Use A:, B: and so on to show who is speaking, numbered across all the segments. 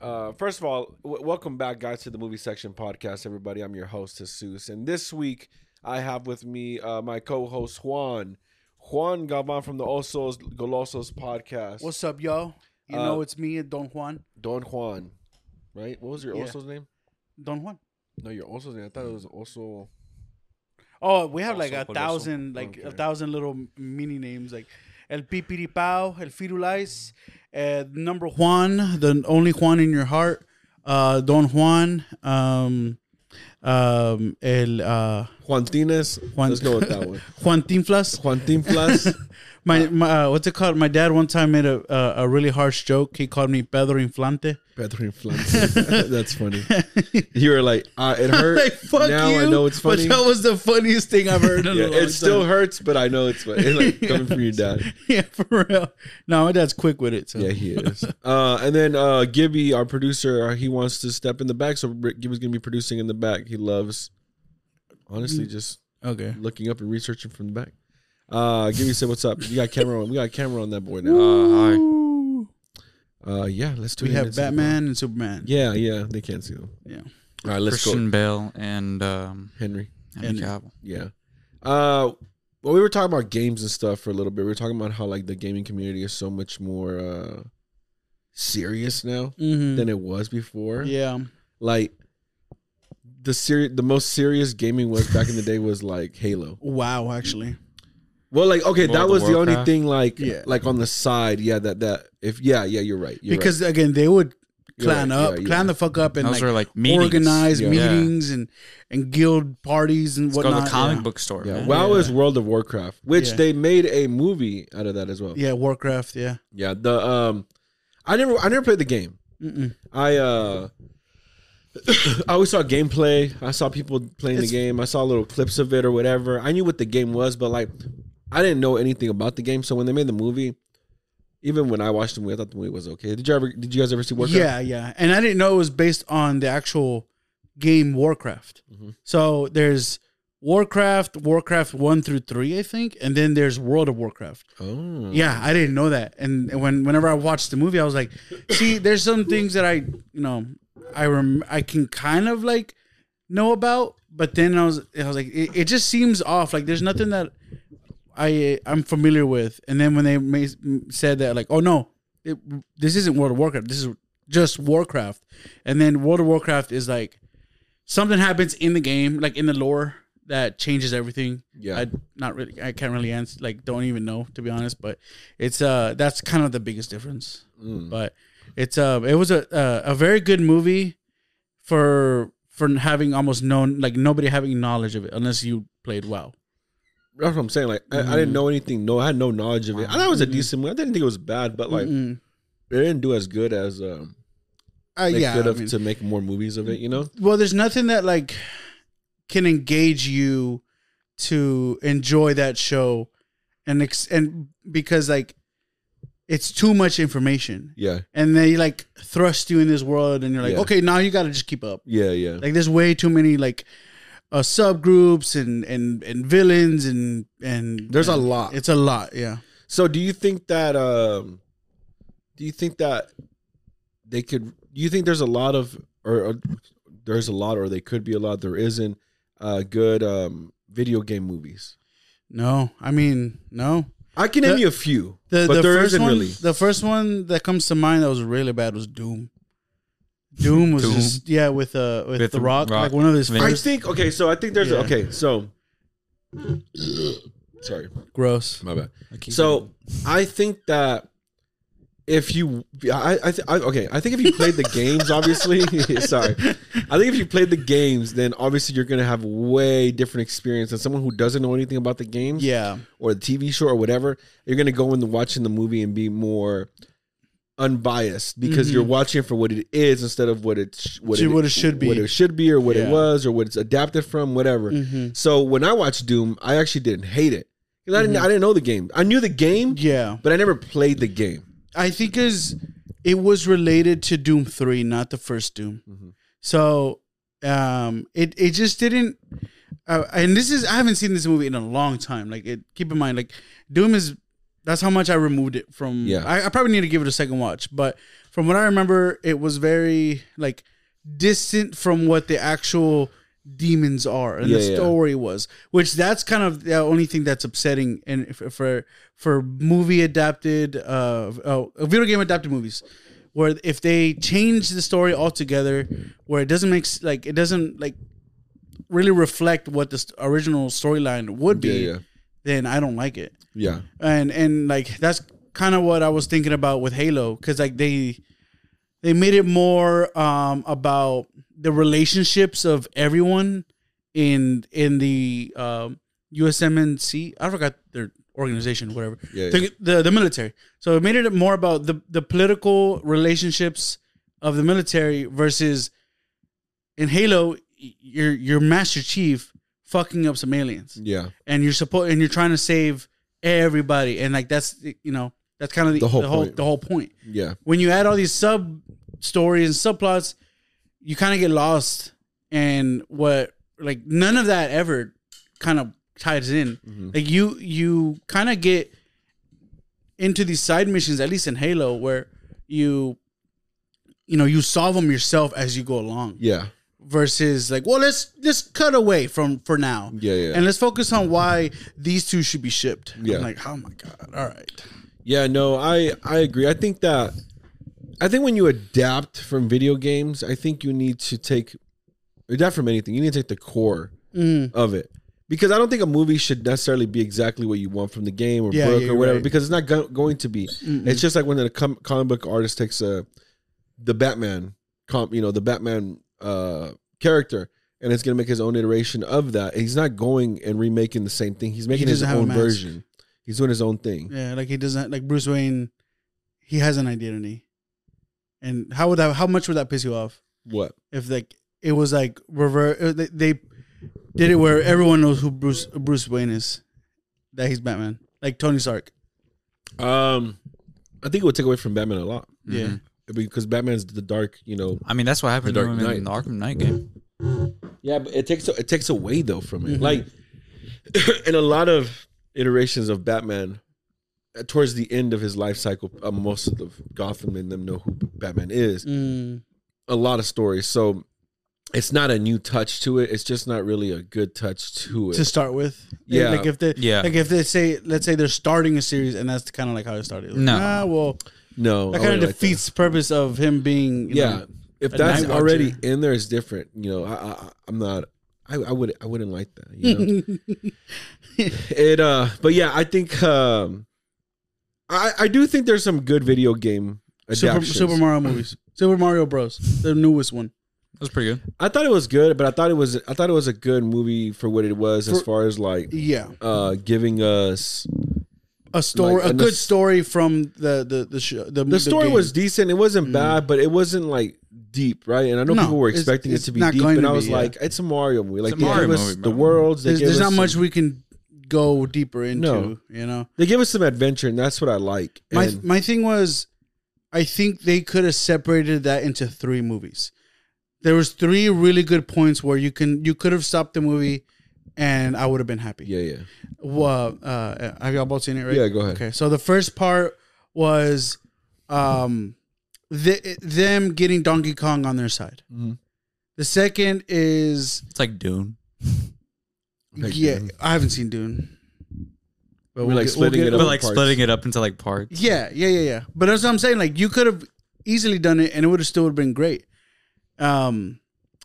A: Uh, first of all, w- welcome back, guys, to the movie section podcast. Everybody, I'm your host Jesus, and this week I have with me uh, my co-host Juan, Juan Galvan from the Osos Golosos podcast.
B: What's up, yo? You
A: Uh,
B: know it's me and Don Juan.
A: Don Juan? Right? What was your
B: Yeah.
A: Oso's name?
B: Don Juan.
A: No, your Oso's name. I thought it was Oso.
B: Oh, we have like
C: Also
B: a
C: Coloso.
B: thousand, like a
A: Okay.
B: thousand little mini names, like El Pipiripao, El Firulais, uh, Number Juan, the only Juan in your heart, uh, Don Juan, um, um, El uh,
A: Juan Tines.
B: Juan-
A: Let's go with that one.
B: Juan Tinflas.
A: Juan Tinflas.
B: My, my uh, what's it called? My dad one time made a a, a really harsh joke. He called me Pedro Inflante.
A: Pedro Inflante. That's funny. You were like, uh, it hurt.
B: like fuck
A: now
B: you.
A: I know it's funny.
B: But that was the funniest thing I've heard. In
A: Yeah,
B: a long
A: it still
B: time.
A: hurts, but I know it's funny. Like, coming from your dad.
B: yeah, for real. No, my dad's quick with it. So.
A: Yeah, he is. uh, and then uh, Gibby, our producer, uh, he wants to step in the back, so Rick Gibby's gonna be producing in the back. He loves,
B: Mm.
A: honestly, just
B: Okay.
A: looking up and researching from the back. Uh, Gibby said, "What's up? You got camera on? We got camera on that boy now.
C: Uh, hi.
B: Ooh.
A: Uh, yeah, let's do
B: We
A: it.
B: have
A: Let's do it.
B: Batman and Superman.
A: Yeah, yeah, they can't see them.
B: Yeah.
A: All right, let's
C: Christian Bale and um,
A: go, Henry.
C: Henry
B: And-
C: Cavill.
A: Yeah. Uh, well, we were talking about games and stuff for a little bit. We were talking about how like the gaming community is so much more uh serious now
B: Mhm.
A: than it was before.
B: Yeah.
A: Like the seri- the most serious gaming was back in the day was like Halo.
B: Wow. Actually.
A: Well, like okay, that
C: World of
A: was the only
C: Warcraft?
A: thing like
B: Yeah.
A: like on the side. Yeah, that that if yeah yeah you're right you're
B: because again, they would
A: You're
B: clan
A: right,
B: up,
A: yeah, yeah.
B: clan the fuck up, and
C: Those
B: like
C: were like meetings.
B: organize
A: Yeah.
B: meetings and and guild parties and
C: It's
B: whatnot.
C: called the comic
B: yeah.
C: book store.
A: right. yeah
C: man.
A: WoW
B: Yeah.
A: is World of Warcraft, which
B: Yeah.
A: they made a movie out of that as well.
B: Yeah, Warcraft. Yeah.
A: yeah. The um, I never I never played the game.
B: Mm-mm.
A: I uh I always saw gameplay. I saw people playing
B: It's-
A: the game. I saw little clips of it or whatever. I knew what the game was, but like I didn't know anything about the game. So when they made the movie, even when I watched the movie, I thought the movie was okay. Did you ever did you guys ever see Warcraft?
B: Yeah, yeah. And I didn't know it was based on the actual game Warcraft.
A: Mhm.
B: So there's Warcraft, Warcraft 1 through 3, I think, and then there's World of Warcraft.
A: Oh.
B: Yeah, I didn't know that. And when whenever I watched the movie, I was like, see, there's some things that I, you know, I rem- I can kind of like know about, but then I was I was like it, it just seems off. Like there's nothing that I I'm familiar with. And then when they ma- said that like, "Oh no, it, this isn't World of Warcraft. This is just Warcraft." And then World of Warcraft is like something happens in the game, like in the lore that changes everything.
A: Yeah.
B: I not really I can't really answer like don't even know to be honest, but it's uh that's kind of the biggest difference.
A: Mm.
B: But it's uh it was a uh, a very good movie for for having almost known like nobody having knowledge of it unless you played WoW.
A: That's what I'm saying. Like I, I didn't know anything. No, I had no knowledge of it. I thought it was a
B: Mhm.
A: decent movie. I didn't think it was bad, but like
B: Mm-mm.
A: it didn't do as good as um
B: Mm-hmm. Uh,
A: they
B: yeah,
A: could
B: I
A: have
B: mean-
A: to make more movies of it, you know?
B: well there's nothing that like can engage you to enjoy that show and ex- and because like it's too much information
A: Yeah.
B: and they like thrust you in this world and you're like
A: Yeah.
B: okay now you got to just keep up
A: Yeah, yeah.
B: like there's way too many like uh subgroups and and and villains and and
A: There's a
B: and
A: lot.
B: it's a lot yeah
A: So do you think that um do you think that they could do you think there's a lot of or, or there's a lot or they could be a lot there isn't uh good um video game movies.
B: no i mean no
A: I can name
B: The-
A: you a few,
B: The,
A: but
B: the
A: there
B: first
A: isn't
B: one,
A: really.
B: The first one that comes to mind that was really bad was Doom. Doom was
C: Doom.
B: just yeah with uh with,
C: With
B: the Rock,
C: Rock.
B: like one of his
C: Vin-
A: I
B: first
A: think okay, so I think there's
B: Yeah.
A: okay, so sorry,
B: gross.
A: my bad.
C: Like,
A: So I think that if you, I, I, th- I okay, I think if you played the games, obviously, sorry, I think if you played the games, then obviously you're gonna have way different experience than someone who doesn't know anything about the games,
B: Yeah,
A: or the TV show or whatever. You're gonna go into watching the movie and be more unbiased because you're watching it for what it is instead of what it's what
B: Mm-hmm. To what it should be.
A: what it should be, or what
B: Yeah.
A: it was, or what it's adapted from, whatever.
B: Mhm.
A: So when I watched Doom, I actually didn't hate it. 'Cause I didn't, I didn't know the game. I knew the game,
B: yeah.
A: but I never played the game.
B: I think is it was related to Doom Three, not the first Doom.
A: Mhm.
B: So um, it it just didn't. Uh, and this is I haven't seen this movie in a long time. Like it, keep in mind, like Doom is That's how much I removed it from.
A: Yeah.
B: I, I probably need to give it a second watch, but from what I remember, it was very like distant from what the actual demons are and the
A: Yeah, yeah.
B: story was. Which that's kind of the only thing that's upsetting and f- for for movie adapted, uh, oh, video game adapted movies, where if they change the story altogether, where it doesn't make s- like it doesn't like really reflect what the st- original storyline would be,
A: Yeah, yeah.
B: then I don't like it
A: Yeah.
B: and and like that's kind of what I was thinking about with Halo because like they they made it more um about the relationships of everyone in in the um USMNC I forgot their organization whatever
A: Yeah,
B: the, the the military so it made it more about the the political relationships of the military versus in Halo y- your your Master Chief fucking up some aliens
A: Yeah.
B: and you're supposed and you're trying to save everybody and like that's you know that's kind of the, the whole the whole,
A: point.
B: point
A: Yeah.
B: when you add all these sub stories and subplots you kind of get lost and what like none of that ever kind of ties in like you you kind of get into these side missions at least in halo where you you know you solve them yourself as you go along
A: Yeah.
B: versus like well let's let's cut away from for now
A: Yeah, yeah.
B: and let's focus on why these two should be shipped
A: Yeah.
B: I'm like oh my god all right
A: Yeah, no, I I agree. I think that I think when you adapt from video games, I think you need to take adapt from anything. You need to take the core
B: Mm.
A: of it because I don't think a movie should necessarily be exactly what you want from the game or
B: Yeah,
A: book or
B: yeah, you're
A: whatever
B: right.
A: because it's not go- going to be. It's just like when a com- comic book artist takes a the Batman comp, you know, the Batman uh character. And it's gonna make his own iteration of that. He's not going and remaking the same thing. He's making his
B: doesn't have a
A: own
B: mask.
A: version. He's doing his own thing.
B: yeah like he doesn't like bruce wayne he has an identity and how would that how much would that piss you off
A: What?
B: if like it was like revert uh, they, they did it where everyone knows who bruce bruce wayne is that he's batman like tony stark
A: Um, I think it would take away from Batman a lot
B: yeah
A: because Batman's the dark, you know.
C: Mm-hmm. I mean, that's what happened
A: The
C: to
A: Dark
C: him in the Arkham Knight game.
A: Yeah, but it takes it takes away though from it. Like in a lot of iterations of Batman, uh, towards the end of his life cycle, uh, most of the Gotham and them know who Batman is.
B: Mm.
A: A lot of stories, so it's not a new touch to it. It's just not really a good touch to it.
B: to start with.
A: Yeah.
B: like if they,
C: Yeah.
B: like if they say, let's say they're starting a series, and that's kind of like how it started. Like,
C: No.
B: nah, well,
A: no,
B: that
A: I
B: kind
A: wouldn't
B: of
A: like that.
B: defeats purpose of him being. you
A: yeah
B: know,
A: if
B: a
A: that's
B: night
A: already
B: watcher.
A: in there it's different you know i, I i'm not I, I would i wouldn't like that you know it uh but yeah i think um i i do think there's some good video game
B: Super,
A: adaptations.
B: Super Mario movies, Super Mario Bros, the newest one.
C: That was pretty good.
A: i thought it was good but i thought it was i thought it was a good movie for what it was as
B: For-
A: far as like
B: Yeah,
A: uh giving us
B: a story,
A: Like,
B: a
A: and
B: good
A: the-
B: story from the the the show. The,
A: the story
B: game. Mm.
A: was decent it wasn't bad but it wasn't like deep right and i know
B: No,
A: people were
B: it's-
A: expecting
B: it's
A: it to be
B: not
A: deep
B: going
A: and
B: to
A: i
B: be,
A: was
B: yeah.
A: like it's a mario movie like
C: a
A: they
C: Mario
A: gave us
C: movie,
A: the
C: bro.
A: worlds they
B: There's,
A: gave
B: there's
A: us
B: not
A: some-
B: much we can go deeper into.
A: No.
B: You know,
A: They give us some adventure, and that's what I like.
B: my
A: And-
B: my thing was, I think they could have separated that into three movies. There was three really good points where you can you could have stopped the movie, and I would have been happy.
A: yeah, yeah,
B: Well, uh, have y'all both seen it? Right?
A: Yeah, go ahead.
B: Okay, so the first part was, um, the, them getting Donkey Kong on their side.
A: Mhm.
B: The second is
C: It's like Dune.
A: Like
B: yeah,
A: Dune.
B: I haven't seen Dune. But
A: We're like splitting it
C: But
A: up.
C: like
A: parts.
C: splitting it up into like parts.
B: Yeah, yeah, yeah, yeah. But that's what I'm saying. Like you could have easily done it, and it would have still been great. Um,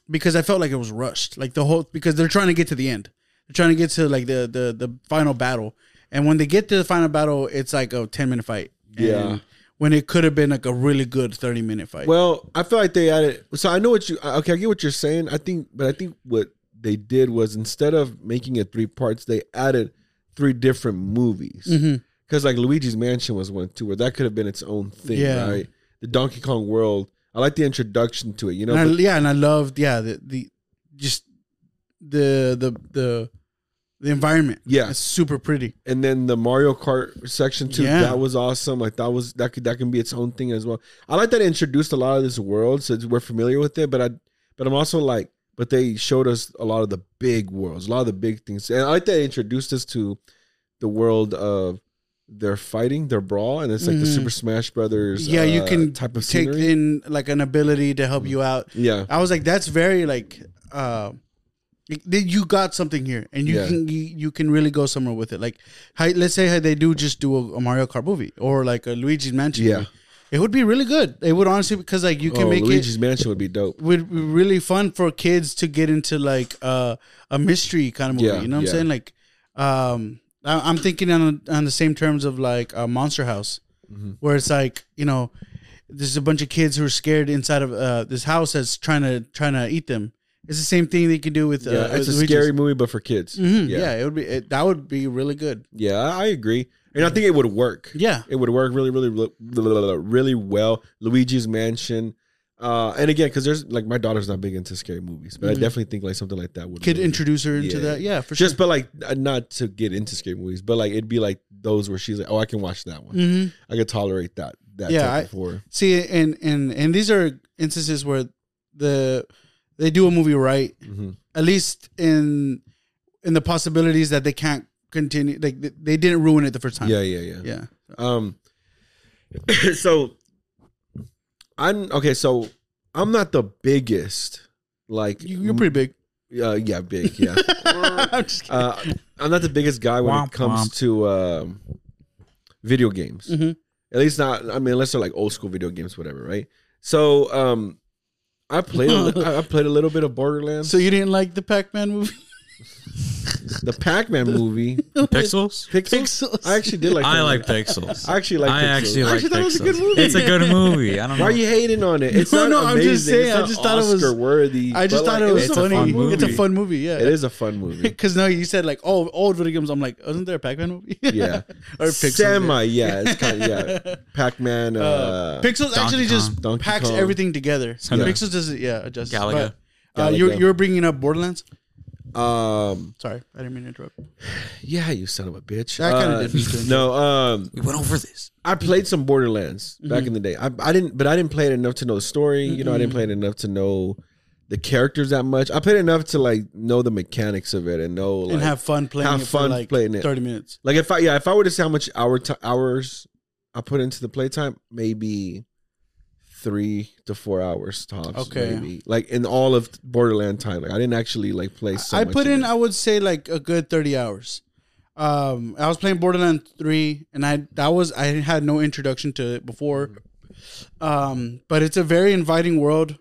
B: because I felt like it was rushed. Like the whole because they're trying to get to the end. They're trying to get to like the the the final battle, and when they get to the final battle, it's like a ten minute fight. And
A: Yeah.
B: When it could have been like a really good thirty minute fight.
A: Well, I feel like they added. So I know what you. I- Okay, I get what you're saying. I think, but I think what they did was instead of making it three parts, they added three different movies.
B: Mhm.
A: Because like Luigi's Mansion was one too, where that could have been its own thing,
B: Yeah.
A: right? The Donkey Kong world. I like the introduction to it. You know,
B: and I,
A: but-
B: yeah, and I loved yeah the the just the the the the environment.
A: Yeah.
B: it's super pretty.
A: and then the Mario Kart section too.
B: Yeah.
A: That was awesome. Like that was that could that can be its own thing as well. I like that it introduced a lot of this world, so we're familiar with it. But I but I'm also like, but they showed us a lot of the big worlds, a lot of the big things, and I like that it introduced us to the world of they're fighting, their brawl, and it's like the
B: Mhm.
A: Super Smash Brothers.
B: yeah, you
A: uh,
B: can
A: type of
B: take
A: scenery.
B: in like an ability to help you out.
A: yeah,
B: I was like, that's very like, uh, like, th- you got something here, and you
A: Yeah.
B: can you, you can really go somewhere with it. Like, how, let's say how they do just do a, a Mario Kart movie or like a Luigi's Mansion.
A: Yeah.
B: movie. it would be really good. It would honestly because like you can
A: oh,
B: make
A: Luigi's
B: it
A: Mansion would be dope.
B: would be really fun for kids to get into like uh, a mystery kind of movie.
A: Yeah,
B: you know what
A: yeah.
B: I'm saying? Like, um, I, I'm thinking on on the same terms of like uh, Monster House,
A: Mm-hmm.
B: where it's like you know, there's a bunch of kids who are scared inside of uh, this house that's trying to trying to eat them. It's the same thing they could do with. Uh,
A: Yeah, it's a
B: Luigi's.
A: scary movie, but for kids.
B: Mhm, yeah.
A: yeah,
B: it would be it, that would be really good.
A: Yeah, I agree, and I think it would work.
B: Yeah,
A: It would work really, really, really, really well. Luigi's Mansion, uh, and again, because there's like my daughter's not big into scary movies, but I definitely think like something like that would
B: could
A: really-
B: introduce her into
A: Yeah.
B: that. Yeah, Mm-hmm. for
A: just
B: sure.
A: but like uh, not to get into scary movies, but like it'd be like those where she's like, oh, I can watch that one,
B: hmm
A: I could tolerate that. That
B: Yeah,
A: type
B: I-
A: of horror.
B: See, and and and these are instances where the they do a movie right,
A: Mhm.
B: at least in in the possibilities that they can't continue. Like they, they didn't ruin it the first time.
A: Yeah, yeah, yeah,
B: yeah.
A: Um, so I'm okay. So I'm not the biggest. Like
B: You, you're pretty big.
A: uh, yeah, big, yeah.
B: I'm just kidding.
A: uh, I'm not the biggest guy when
C: Womp
A: it comes
C: womp.
A: to um, video games.
B: Mhm.
A: At least not. I mean, unless they're like old school video games, whatever, right? So, um, I played. A li- I I played a little bit of Borderlands,
B: So you didn't like the Pac-Man movie?
A: the Pac-Man movie,
C: Pixels?
A: Pixels.
B: Pixels.
A: I actually did like.
C: I
A: that
C: like
A: movie.
C: Pixels.
A: I actually like.
C: I
A: Pixels.
C: actually
A: I
C: like
A: actually thought it was a
C: Pixels.
A: good movie.
C: It's a good movie. I don't know.
A: Why are you hating on it? It's
B: No,
A: not
B: no, I'm
A: amazing.
B: just saying,
A: It's not
B: I just thought it was-
A: Oscar-worthy,
B: I just
A: but,
B: thought
A: like,
B: it was
A: it's a
B: funny.
A: fun movie.
B: It's a fun movie. Yeah.
A: It is a fun movie.
B: Because no, you said like oh old video games. I'm like, isn't there a Pac-Man movie?
A: Yeah,
B: or Pixels.
A: Semi, yeah, it's kind of yeah. Pac-Man, uh,
B: Uh, Pixels
C: Donkey
B: actually just
A: Kong. Donkey
B: packs
A: Kong.
B: everything together.
C: Yeah.
B: Pixels does it, yeah, adjusts.
C: Galaga.
B: But, uh, you're
A: Galaga.
B: you're bringing up Borderlands.
A: um,
B: Sorry, I didn't mean to interrupt.
A: yeah, you son of a bitch.
B: That kinda
A: Uh,
B: did me good.
A: No, um,
C: We went over this.
A: I played some Borderlands back
B: Mm-hmm.
A: in the day. I, I didn't, but I didn't play it enough to know the story. You know, I didn't play it enough to know the characters that much. I played enough to like know the mechanics of it and know like
B: and have fun playing.
A: have
B: it for
A: fun
B: like
A: playing it.
B: Thirty minutes.
A: Like if I yeah, if I were to say how much hour t- hours I put into the playtime, maybe three to four hours tops.
B: Okay.
A: maybe. like in all of Borderland time. Like I didn't actually like play. So
B: I
A: much
B: put
A: of
B: in,
A: it.
B: I would say, like a good thirty hours. Um, I was playing Borderlands three, and I that was I had no introduction to it before. Um, but it's a very inviting world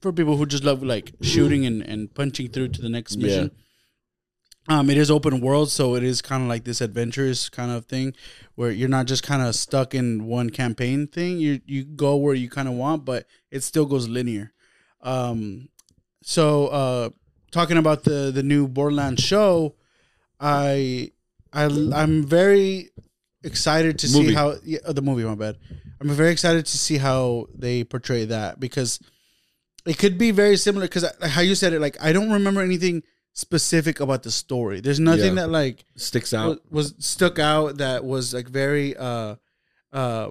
B: for people who just love like shooting and, and punching through to the next
A: Yeah.
B: mission. Um, it is open world, so it is kind of like this adventurous kind of thing, where you're not just kind of stuck in one campaign thing. You you go where you kind of want, but it still goes linear. Um, so uh, talking about the the new Borderlands show, I I I'm very excited to see
A: Movie.
B: how yeah, oh, the movie. My bad. I'm very excited to see how they portray that because it could be very similar. Because how you said it, like I don't remember anything specific about the story. There's nothing
A: Yeah.
B: that like
A: sticks
B: wa-
A: out.
B: was stuck out that was like very uh uh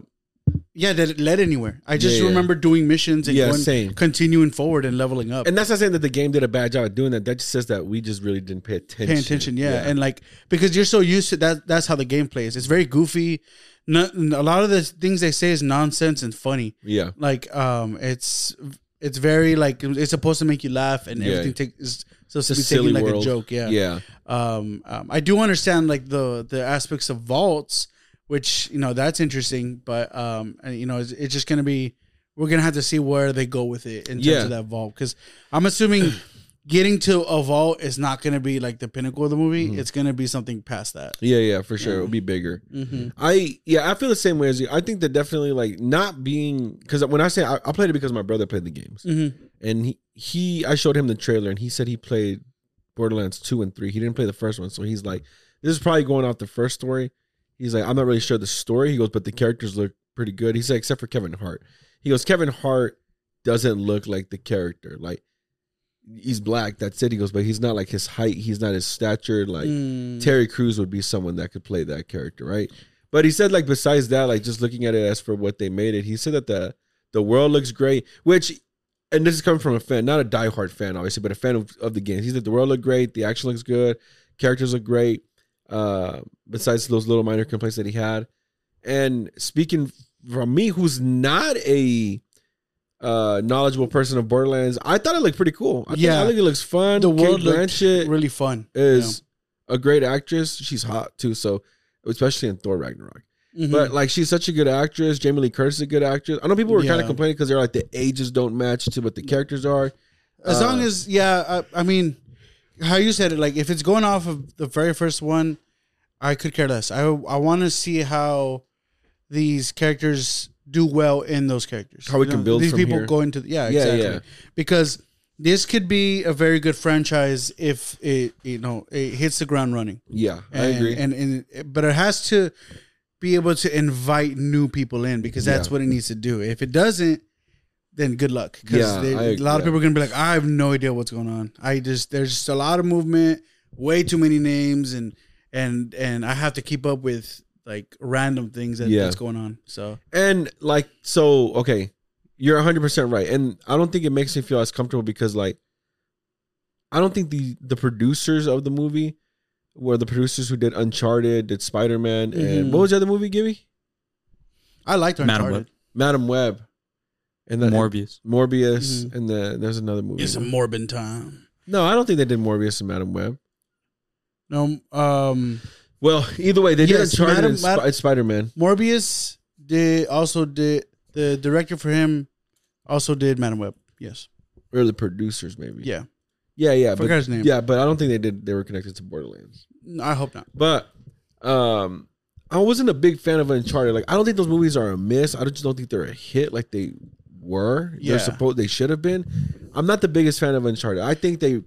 B: yeah that it led anywhere. I just
A: Yeah, yeah.
B: remember doing missions and
A: Yeah,
B: going,
A: same.
B: continuing forward and leveling up.
A: And that's not saying that the game did a bad job at doing that. That just says that we just really didn't pay attention.
B: paying attention. Yeah. and like because you're so used to that, that's how the game plays. It's very goofy. No, a lot of the things they say is nonsense and funny.
A: yeah.
B: Like um, it's it's very like it's supposed to make you laugh, and
A: Yeah.
B: everything take, is supposed
A: It's a
B: to be taken
A: silly
B: like
A: world.
B: a joke. Yeah,
A: Yeah.
B: Um, um, I do understand like the the aspects of vaults, which you know that's interesting, but um, and, you know it's, it's just gonna be we're gonna have to see where they go with it in terms
A: Yeah.
B: of that vault because I'm assuming. Getting to a vault is not going to be like the pinnacle of the movie.
A: Mm-hmm.
B: It's going to be something past that.
A: Yeah, yeah, for sure. It'll be bigger.
B: Mm-hmm.
A: I yeah, I feel the same way as you. I think that definitely like not being because when I say I, I played it because my brother played the games
B: Mm-hmm.
A: and he, he I showed him the trailer and he said he played Borderlands two and three. He didn't play the first one, so he's like, this is probably going off the first story. He's like, I'm not really sure the story. He goes, but the characters look pretty good. He said except for Kevin Hart. He goes, Kevin Hart doesn't look like the character. Like he's black. That's it. He goes, but he's not like his height. He's not his stature. Like
B: Mm.
A: Terry Crews would be someone that could play that character, right? But he said, like, besides that, like, just looking at it as for what they made it, he said that the the world looks great, which, and this is coming from a fan, not a diehard fan, obviously, but a fan of, of the games. He said the world looked great, the action looks good, characters look great. uh, besides those little minor complaints that he had. And speaking from me, who's not a uh, knowledgeable person of Borderlands, I thought it looked pretty cool. I
B: Yeah.
A: think I think it looks fun.
B: The world
A: Kate
B: looked
A: Blanchett
B: Really fun.
A: is a great actress. She's hot too, so especially in Thor Ragnarok.
B: Mhm.
A: But like she's such a good actress. Jamie Lee Curtis is a good actress. I know people were kind
B: Yeah.
A: of complaining because they're like the ages don't match to what the characters are.
B: as long
A: uh,
B: as yeah, I, I mean, how you said it, like if it's going off of the very first one, I could care less. I I want to see how these characters do well in those characters.
A: How we can build
B: these
A: from
B: people
A: here.
B: go into
A: Yeah,
B: yeah exactly
A: yeah.
B: because this could be a very good franchise if it you know it hits the ground running.
A: Yeah,
B: and,
A: I agree.
B: And, and but it has to be able to invite new people in because that's
A: Yeah.
B: what it needs to do. If it doesn't, then good luck. Because
A: Yeah, I
B: a lot of
A: agree.
B: people are gonna be like, I have no idea what's going on. I just there's just a lot of movement, way too many names, and and and I have to keep up with like random things that,
A: Yeah.
B: that's going on. So
A: And like so, okay, you're 100 percent right, and I don't think it makes me feel as comfortable because like, I don't think the the producers of the movie were the producers who did Uncharted, did Spider Man,
B: Mhm.
A: and what was the other movie, Gibby?
B: I liked
C: Madam
B: Uncharted.
A: Madam Web, and the
C: Morbius.
A: Morbius,
B: Mhm.
A: and the there's another movie.
B: It's a morbid time.
A: no, I don't think they did Morbius and Madam Web.
B: No, um,
A: Well, either way, they
B: Yes,
A: did Uncharted
B: Madam-
A: and
B: Mad-
A: Spider Man.
B: Morbius did also did the director for him also did Madam Web. Yes.
A: Or the producers, maybe.
B: Yeah.
A: yeah, yeah.
B: forgot
A: But,
B: his name.
A: yeah, but I don't think they did. They were connected to Borderlands.
B: I hope not.
A: But um I wasn't a big fan of Uncharted. Like I don't think those movies are a miss. I just don't think they're a hit like they were.
B: Yeah.
A: They're supposed they should have been. I'm not the biggest fan of Uncharted. I think they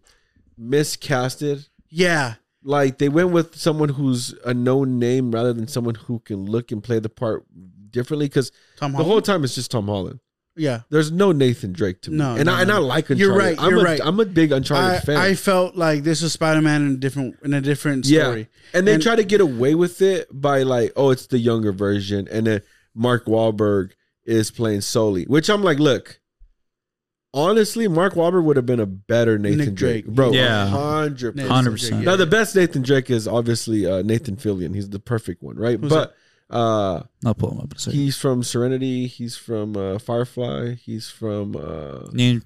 A: miscasted.
B: Yeah.
A: Like they went with someone who's a known name rather than someone who can look and play the part differently. Because
B: Tom
A: the
B: Holland.
A: whole time it's just Tom Holland.
B: yeah.
A: There's no Nathan Drake to me.
B: No,
A: and
B: no,
A: I and
B: no.
A: I like Uncharted.
B: You're right,
A: I'm
B: you're
A: a,
B: right.
A: am a big Uncharted
B: I,
A: fan.
B: I felt like this was Spider Man in a different in a different story.
A: And they
B: And-
A: try to get away with it by like, oh, it's the younger version, and then Mark Wahlberg is playing Soli, which I'm like, look, honestly, Mark Wahlberg would have been a better Nathan
B: Nick Drake.
A: Drake, bro.
C: Yeah.
A: Yeah, hundred.
B: Nathan
A: percent.
C: 100%.
B: Drake,
A: Now the best Nathan Drake is obviously uh, Nathan Fillion. He's the perfect one, right?
B: Who's
A: but uh,
C: I'll pull him up in a second.
A: he's from Serenity. He's from uh, Firefly. He's from uh,
C: Name-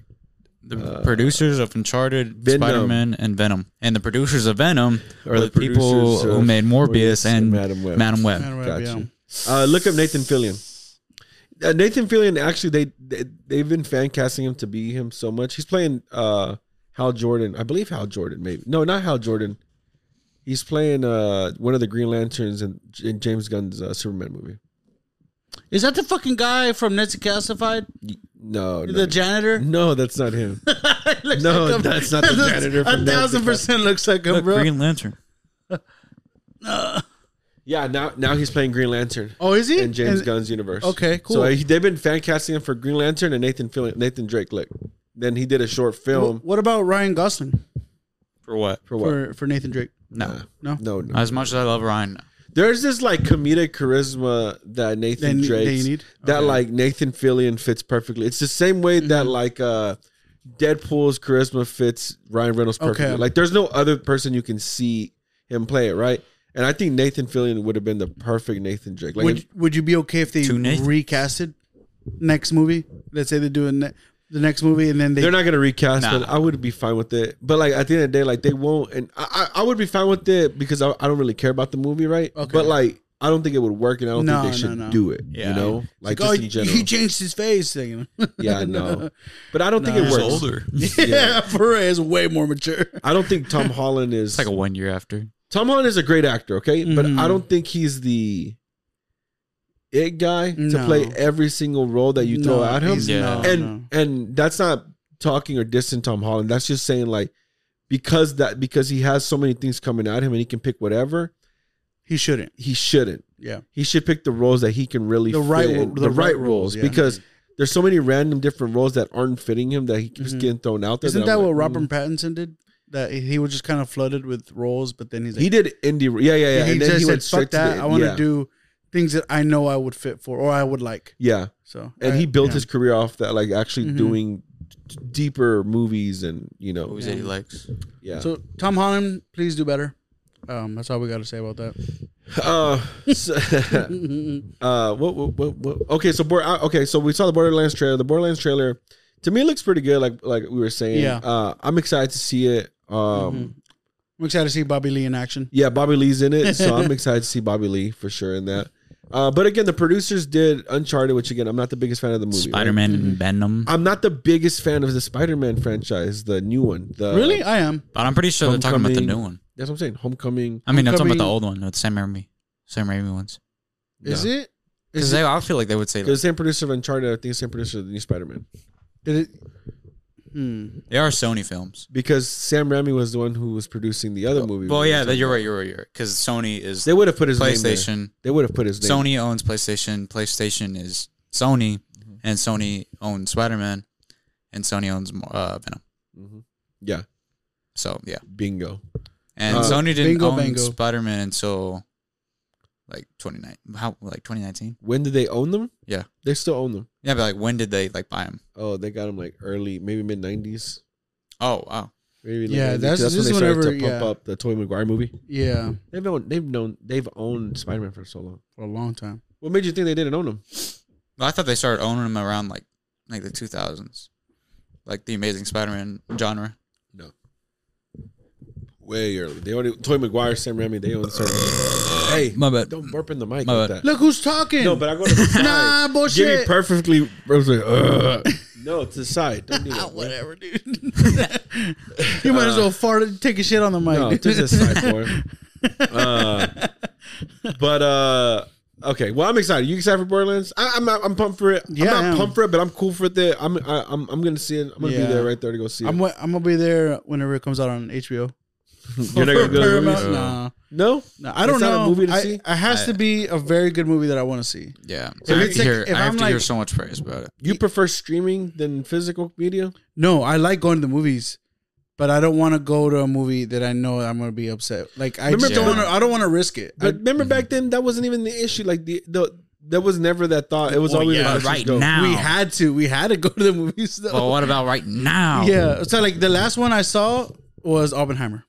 C: the
A: Uh,
C: producers of Uncharted,
A: Venom.
C: Spider Man, and Venom, and the producers of Venom
A: or
C: are the, people
A: producers
C: who
A: of
C: made Morbius and Madam
A: Madam
C: Web.
A: Web.
B: Madam Web,
A: Gotcha.
B: yeah.
A: Uh, look up Nathan Fillion. Uh, Nathan Fillion actually they, they they've been fan casting him to be him so much. He's playing uh Hal Jordan, I believe Hal Jordan, maybe no, not Hal Jordan. He's playing uh one of the Green Lanterns in, in James Gunn's uh, Superman movie.
B: Is that the fucking guy from Nets Calcified?
A: No, no,
B: The janitor?
A: no, that's not him.
B: Looks
A: No,
B: like him.
A: that's not the
B: Looks-
A: janitor from
B: A
A: Nets
B: thousand
A: Decalcified.
B: percent looks like him,
C: Look,
B: bro.
C: Green Lantern.
A: yeah, now now he's playing Green Lantern
B: oh, is he?
A: in James
B: And-
A: Gunn's universe.
B: Okay, cool.
A: So uh, he, they've been fan casting him for Green Lantern and Nathan Fillion, Nathan Drake. Look, then he did a short film
B: Wh- what about Ryan Gosling
C: For what?
A: for what?
B: for, for Nathan Drake?
C: No.
A: Uh,
B: No.
A: no, no.
C: As much as I love Ryan, no.
A: There's this like comedic charisma that Nathan
B: They-
A: Drake
B: they need?
A: that like Nathan Fillion fits perfectly. It's the same way
B: Mm-hmm.
A: that like uh Deadpool's charisma fits Ryan Reynolds perfectly.
B: Okay.
A: Like there's no other person you can see him play it, right? And I think Nathan Fillion would have been the perfect Nathan Drake. Like
B: would
A: if-
B: Would you be okay if they
C: Two Nathan-
B: recasted next movie? Let's say they do a ne- the next movie and then they
A: they're not gonna recast
C: Nah.
A: it. I would be fine with it. But like at the end of the day, like they won't and I I, I would be fine with it because I, I don't really care about the movie, right?
B: Okay.
A: But like I don't think it would work and I don't
B: No,
A: think they
B: no,
A: should
B: no.
A: do it.
C: Yeah.
A: You know? Like,
B: like, oh,
A: just in general.
B: he changed his face. Thing.
A: Yeah, I know. But I don't think
B: Nah.
A: it works.
C: It's
B: yeah, yeah, Perez is way more mature.
A: I don't think Tom Holland is
C: like a one year after.
A: Tom Holland is a great actor, okay? But
B: Mhm.
A: I don't think he's the it guy
B: No.
A: to play every single role that you throw
B: No,
A: at him.
B: he's
C: Yeah.
B: not,
A: And
B: no.
A: and that's not talking or dissing Tom Holland. That's just saying like because that because he has so many things coming at him and he can pick whatever,
B: he shouldn't.
A: he shouldn't.
B: Yeah.
A: He should pick the roles that he can really
B: The right
A: fit in,
B: ro-
A: the, right roles
B: yeah.
A: because there's so many random different roles that aren't fitting him that he keeps
B: Mhm.
A: getting thrown out there.
B: Isn't
A: I'm
B: that
A: like,
B: what
A: mm.
B: Robert Pattinson did? That he was just kind of flooded with roles, but then he's like,
A: He did indie. Yeah, yeah, yeah.
B: he
A: and then
B: just
A: he
B: said,
A: went straight
B: "Fuck that!
A: To the,
B: I want to
A: yeah,
B: do things that I know I would fit for or I would like."
A: Yeah,
B: So,
A: and
B: I-
A: he built
B: yeah.
A: his career off that, like actually
B: Mhm.
A: doing d- deeper movies and you know,
C: Movies that he likes.
A: yeah.
B: So Tom Holland, please do better. Um, that's all we got to say about that.
A: Uh, so- uh, what, what, what, what- Okay, so Bor- uh, okay, so we saw the Borderlands trailer. The Borderlands trailer, to me, looks pretty good. Like like we were saying.
B: Yeah. Mm-hmm.
A: Uh, I'm excited to see it. Um,
B: I'm excited to see Bobby Lee in action.
A: yeah, Bobby Lee's in it, so I'm excited to see Bobby Lee for sure in that. Uh, but again, the producers did Uncharted, which again, I'm not the biggest fan of the movie. right? Mm-hmm.
C: Spider Man and Venom.
A: I'm not the biggest fan of the Spider-Man franchise, the new one. The,
B: Really, I am.
C: But I'm pretty sure they're talking about the
A: Homecoming.
C: new one.
A: That's what I'm saying. Homecoming.
C: I mean, I'm talking about the
B: Homecoming.
C: old one with Sam Raimi. Sam Raimi ones.
B: Is
A: No.
B: it?
C: Because
B: it-
C: I feel like they would say
A: They're the
C: like,
A: same producer of Uncharted. I think the same producer of the new Spider-Man.
B: Did it? Hmm.
C: they are Sony films.
A: Because Sam Raimi was the one who was producing the other movie.
C: Well, yeah, that, you're right. You're right. You're right. Because Sony is
A: They would have put his name there.
C: PlayStation.
A: They would have put his name.
C: Sony owns PlayStation. PlayStation is Sony,
A: Mm-hmm.
C: and Sony owns Spider Man, and Sony owns uh, Venom.
A: Mm-hmm. Yeah,
C: So yeah,
A: bingo.
C: and
A: Uh,
C: Sony didn't
B: bingo,
C: own
B: bango.
C: Spider Man until like 29 how like 2019.
A: When did they own them?
C: Yeah.
A: they still own them.
C: Yeah, but like when did they like buy them?
A: Oh, they got them like early, maybe mid '90s.
C: Oh wow,
A: Maybe like
B: Yeah,
A: 90s.
B: that's-
A: that's
B: this
A: when they
B: is
A: started
B: whenever-
A: to pump
B: yeah.
A: up the Tobey Maguire movie.
B: Yeah,
A: They've known, they've known, they've owned Spider-Man for so long.
B: for a long time.
A: What made you think they didn't own him?
C: well, I thought they started owning them around like like the 2000s, like the Amazing Spider Man genre.
A: Way early. They already Tobey Maguire, Sam Raimi. They own. hey,
C: My bad.
A: don't burp in the mic
C: My
A: like
C: bad.
A: that.
B: Look who's talking.
A: No, but I go to the side.
B: nah,
A: Give me
B: bullshit.
A: perfectly. Ugh. no, to the side. Don't do
B: Ah,
A: that.
B: whatever, dude. you might as well fart and take a shit on the mic.
A: Uh, No, to the side, boy. Uh, but uh, okay. Well, I'm excited. You excited for Borderlands? I, I'm not, I'm pumped for it.
B: Yeah,
A: I'm
B: I
A: not
B: am.
A: pumped for it, but I'm cool for it. There, I'm I, I'm I'm gonna see it. I'm gonna
B: Yeah.
A: be there right there to go see it.
B: I'm, wa- I'm gonna be there whenever it comes out on HBO.
A: You're not gonna go to the
B: Paramount?
A: movies?
B: Nah.
A: no,
B: No, I don't
A: It's not a
B: know.
A: movie to
B: I-
A: see?
B: It has
C: I-
B: to be a very good movie that I want to see.
C: Yeah,
B: If
C: I have,
B: it's
C: to
B: like-
C: hear,
B: if
C: I have
B: I'm
C: to hear
B: like-
C: so much praise about it.
A: you prefer streaming than physical media.
B: No, I like going to the movies, but I don't want to go to a movie that I know I'm gonna be upset. Like I
A: Remember
B: just don't
C: the-
B: want to. I Mm-hmm. don't want to risk it.
A: But remember back then, that wasn't even the issue. Like the the. There was never that thought. It was
B: Well,
A: always
B: yeah,
A: like, let's
C: But
A: just go.
C: right now, Oh,
B: we had to. We had to go to the movies though.
C: Well, what about right now?
B: Oh, yeah. So like the last one I saw was Oppenheimer.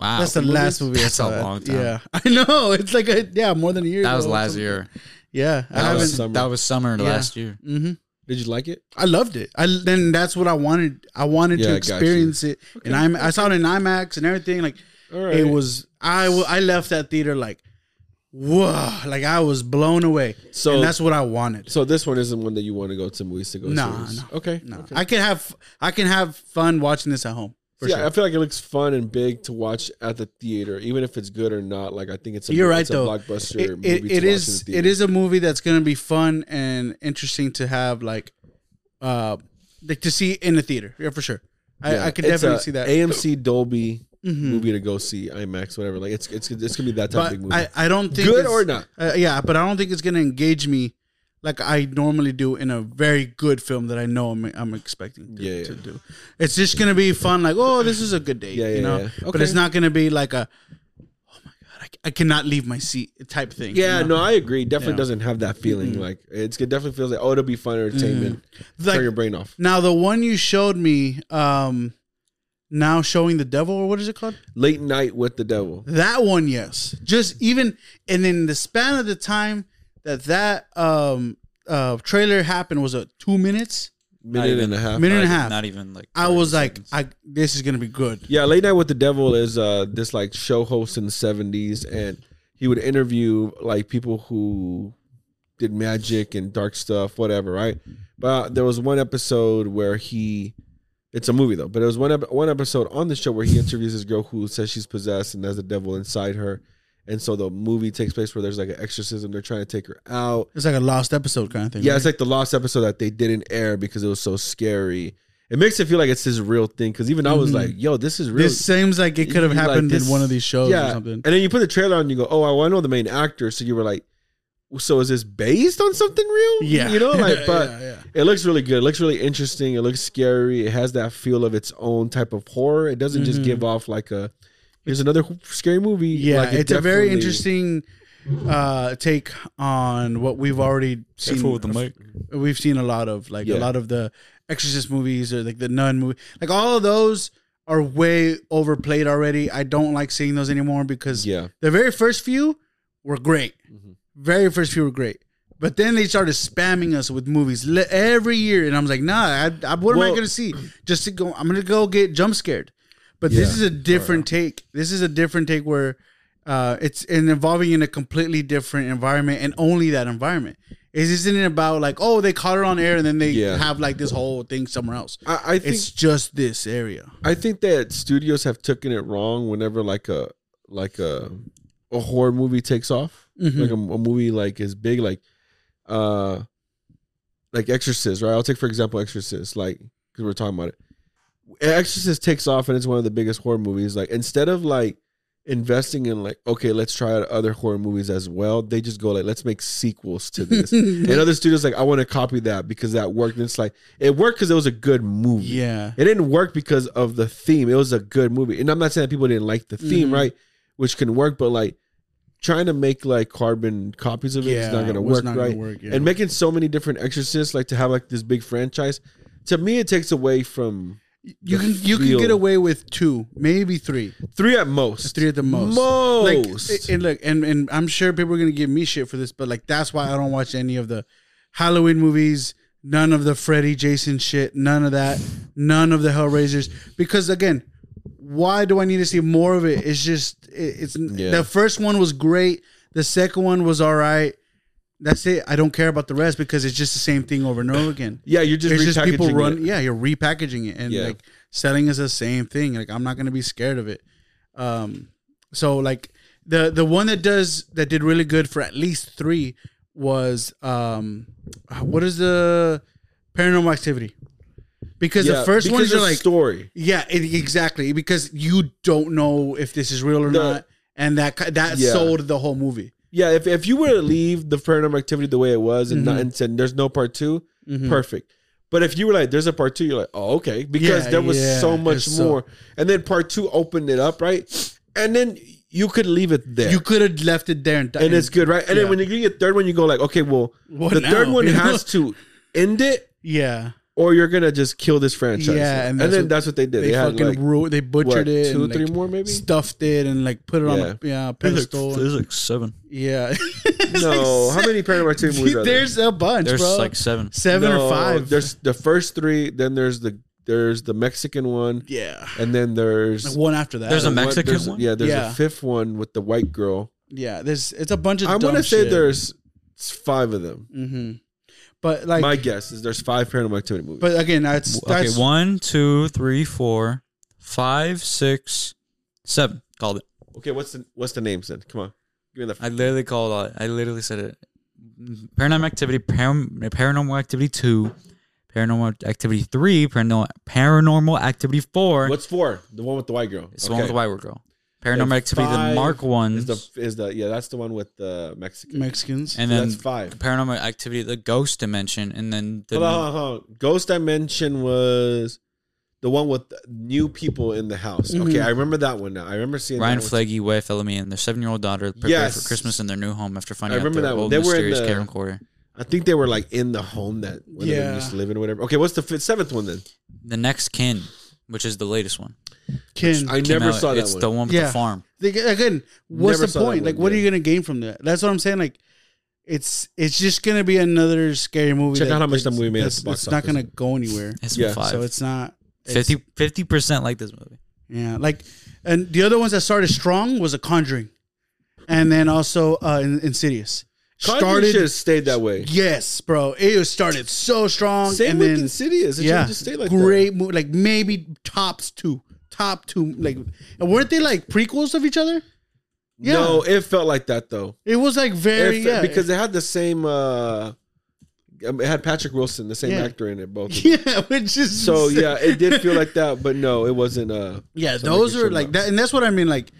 C: Wow.
B: That's the last movie. I
C: That's
B: saw.
C: a long time.
B: Yeah, I know. It's like a yeah, more than a year.
C: That was
B: ago.
C: last year.
B: Yeah, I
C: That
A: was
B: haven't.
C: was,
A: summer.
C: that was summer
B: Yeah.
C: last year.
B: hmm
A: Did you like it?
B: I loved it. I then that's what I wanted. I wanted
A: Yeah,
B: to
A: I got you.
B: experience it, and I'm. I saw it in IMAX and everything. Like
A: All right.
B: it was. I w- I left that theater like, whoa! Like I was blown away.
A: So-
B: So and that's what I wanted.
A: So this one isn't one that you want to go to movies to go.
B: Nah,
A: see.
B: no,
A: Okay.
B: No,
A: okay.
B: I can have. I can have fun watching this at home. For
A: yeah,
B: sure.
A: I feel like it looks fun and big to watch at the theater, even if it's good or not. Like I think it's a
B: You're right
A: it's a
B: though.
A: blockbuster
B: It-
A: movie.
B: it-
A: to watch
B: it
A: in
B: is.
A: the
B: It
A: theater.
B: is a movie that's going to be fun and interesting to have like, uh, like to see in the theater. Yeah, for sure. I,
A: Yeah,
B: I could
A: it's
B: definitely
A: a
B: see that.
A: AMC Dolby
B: Mhm.
A: movie to go see IMAX, whatever. Like it's it's it's gonna be that type of
B: but
A: big movie.
B: I, I don't think
A: good
B: it's-
A: or not?
B: Uh, yeah, but I don't think it's gonna engage me like I normally do in a very good film that I know I'm, I'm expecting to,
A: Yeah,
B: to
A: yeah.
B: do. It's just gonna be fun, like oh, this is a good day,
A: Yeah, yeah,
B: you know.
A: yeah.
B: But it's
A: Okay.
B: not gonna be like a oh my god, I, I cannot leave my seat type thing. you
A: Yeah, no,
B: know?
A: I agree. Definitely
B: Yeah.
A: doesn't have that feeling. Like it's it definitely feels like oh, it'll be fun entertainment. Turn
B: Mm-hmm. Like-
A: your brain off.
B: Now the one you showed me, um, now showing the devil or what is it called?
A: Late night with the devil.
B: That one, yes. Just even and in the span of the time that that um uh trailer happened was uh, two minutes.
A: Minute
C: even-
A: and a half.
B: minute and a
C: Not even-
B: half.
C: Not even like.
B: I was
C: 30
B: like,
C: seconds.
B: I this is gonna be good.
A: Yeah, Late Night with the Devil is uh this like show host in the seventies and he would interview like people who did magic and dark stuff, whatever, right? But uh, there was one episode where he it's a movie though, but there was one ep- one episode on the show where he interviews this girl who says she's possessed and has the devil inside her. And so the movie takes place where there's like an exorcism, they're trying to take her out.
B: It's like a lost episode kind of thing.
A: Yeah,
B: right?
A: it's like the lost episode that they didn't air because it was so scary. It makes it feel like it's his real thing because even I was like, "Yo, this is real."
B: this seems like it could have
A: You'd be like,
B: happened
A: this-
B: in one of these shows
A: yeah.
B: or something.
A: And then you put the trailer on, and you go, "Oh, well, I know the main actor." So you were like, "So is this based on something real?"
B: Yeah,
A: you know, like, but
B: yeah, yeah.
A: it looks really good. It looks really interesting. It looks scary. It has that feel of its own type of horror. It doesn't just give off like a here's another scary movie.
B: Mm-hmm. Yeah,
A: Like, it
B: it's a very
A: definitely-
B: interesting uh take on what we've already seen.
C: Careful with the mic.
B: We've seen a lot of like
A: Yeah.
B: a lot of the Exorcist movies or like the Nun movie, like all of those are way overplayed already. I don't like seeing those anymore because
A: Yeah.
B: the very first few were great.
A: Mhm.
B: Very first few were great. But then they started spamming us with movies le- every year, and I was like, "Nah, I, I, what am I
A: Well-
B: going to see? Just to go, I'm going to go get jump scared." But this
A: Yeah.
B: is a different take. This is a different take where uh, it's and evolving in a completely different environment, and only that environment. It isn't about like, oh, they caught it on air, and then they
A: Yeah.
B: have like this whole thing somewhere else.
A: I, I think
B: It's just this area.
A: I think that studios have taken it wrong whenever like a like a a horror movie takes off,
B: Mhm.
A: like a, a movie like is big, like uh, like Exorcist, right? I'll take for example Exorcist, like because we're talking about it. Exorcist takes off and it's one of the biggest horror movies. Like instead of like investing in like okay, let's try out other horror movies as well, they just go like let's make sequels to this. and other studios like I want to copy that because that worked. And it's like it worked because it was a good movie.
B: yeah,
A: It didn't work because of the theme. It was a good movie. And I'm not saying that people didn't like the theme,
B: Mhm.
A: right? Which can work, but like trying to make like carbon copies of it is not gonna
B: it was
A: work,
B: not
A: right?
B: gonna work, yeah.
A: And making so many different exorcists, like to have like this big franchise, to me it takes away from
B: you
A: the
B: can you can get
A: feel.
B: away with two, maybe three.
A: three at most.
B: three at the most. Like,
A: Most.
B: a- and look, and, and I'm sure people are gonna give me shit for this, but like that's why I don't watch any of the Halloween movies, none of the Freddy Jason shit, none of that, none of the Hellraisers. Because again, why do I need to see more of it? It's just it, it's
A: Yeah.
B: the first one was great, the second one was all right. That's it. I don't care about the rest because it's just the same thing over and over again.
A: yeah, you're just,
B: it's just people
A: repackaging
B: run
A: it.
B: yeah you're repackaging it and
A: Yeah.
B: like selling us the same thing like i'm not gonna be scared of it um so like the the one that does that did really good for at least three was um what is the paranormal activity because
A: Yeah,
B: the first
A: because
B: ones are
A: the
B: like
A: story.
B: yeah it, exactly because you don't know if this is real or
A: The-
B: not and that ki- that
A: Yeah.
B: sold the whole movie
A: Yeah, if, if you were to leave the paranormal activity the way it was and,
B: Mm-hmm.
A: not, and said there's no part 2 perfect. But if you were like, there's a part two, you're like, oh, okay, because
B: Yeah,
A: there was
B: yeah,
A: so much
B: there's so-
A: more. And then part two opened it up, right? And then you could leave it there.
B: you could have left it there and,
A: and it's good, right? And then
B: yeah.
A: when you get the third one, you go like, okay, well,
B: What
A: the third
B: now?
A: one
B: You know?
A: has to end it,
B: yeah
A: or you're gonna just kill this franchise.
B: Yeah,
A: and,
B: and that's
A: then
B: what
A: that's what they did. They,
B: they,
A: had
B: fucking
A: like
B: ru- they
A: what,
B: butchered it
A: two,
B: and,
A: three
B: like,
A: more maybe.
B: stuffed it and like put it on a yeah, pedestal
D: There's like seven.
B: yeah
A: no, how many paranormal activity movies are there?
B: there's a bunch
D: There's
B: bro
D: like seven.
B: seven
A: No,
B: or five
A: There's the first three. Then there's the there's the Mexican one,
B: yeah
A: and then
B: like
A: there's
B: one after that
D: There's a
A: one-
D: Mexican
A: there's-
D: one?
A: Yeah, there's
B: Yeah.
A: a fifth one with the white girl.
B: yeah there's it's a bunch of
A: I'm
B: dumb
A: gonna say
B: shit.
A: there's five of them.
B: hmm but like
A: My guess is there's five paranormal activity movies.
B: but again that's
D: Okay,
B: that's
D: one, two, three, four, five, six, seven. Called it.
A: okay, what's the what's the names then? Come on, give me the.
D: I literally called it. I literally said it. Paranormal Activity, Param- Paranormal Activity Two, Paranormal Activity Three, Paranormal Paranormal Activity Four.
A: What's four? The one with the white girl.
D: It's the one with the
A: Okay.
D: White Girl. Paranormal
A: Then
D: Activity, the
A: five
D: Mark ones,
A: Is the is the yeah? That's the one with the Mexican.
B: Mexicans
D: and
A: So
D: then
A: that's five.
D: Paranormal Activity, the Ghost Dimension, and then the
A: Hold on, hold on, hold on. Ghost Dimension was the one with new people in the house. Okay,
B: Mhm.
A: I remember that one now. I remember seeing
D: Ryan
A: that one.
D: Flaggy wife Ellamy and their seven-year-old daughter prepare
A: Yes.
D: for Christmas in their new home after
A: I
D: finding out
A: remember
D: their
A: that one.
D: old
A: They were in
D: mysterious
A: the-
D: camcorder.
A: I think they were like in the home that when they
B: Yeah.
A: used to live in or whatever. Okay, what's the fifth, seventh one then?
D: The next kin, which is the latest one,
B: Kin.
A: I
D: Came
A: never
D: out-
A: saw that
D: It's
A: one.
D: the one with
B: Yeah.
D: the farm.
B: Like, again, what's
A: Never
B: the
A: saw that
B: point? Like,
A: one,
B: what are
A: yeah.
B: you gonna gain from that? That's what I'm saying. Like, it's it's just gonna be another scary movie.
A: Check
B: that-
A: out how much that
B: that's-
A: movie made at
B: that's-
A: the box
B: It's not
A: office.
B: gonna go anywhere.
D: It's
A: Yeah.
D: five.
B: So it's not it's-
D: 50 percent like this movie.
B: Yeah, like, and the other ones that started strong was a Conjuring, and then also uh, In- Insidious.
A: Started, should have stayed that way.
B: yes, bro. It was started so strong,
A: Same
B: and
A: with
B: then
A: Insidious. It yeah,
B: yeah,
A: just stayed like
B: great movie. Like maybe tops two, top two. Like, and weren't they like prequels of each other?
A: that. No, it felt like that though.
B: It was like
A: It
B: very
A: fe-
B: yeah,
A: because it had the same. uh um, It had Patrick Wilson, the same
B: Yeah.
A: actor in it, both. of them.
B: yeah, which is
A: So yeah, it did feel like that, but no, it wasn't. Uh,
B: Yeah,
A: So
B: those
A: making sure
B: are like
A: not-
B: that, and that's what I mean. Like,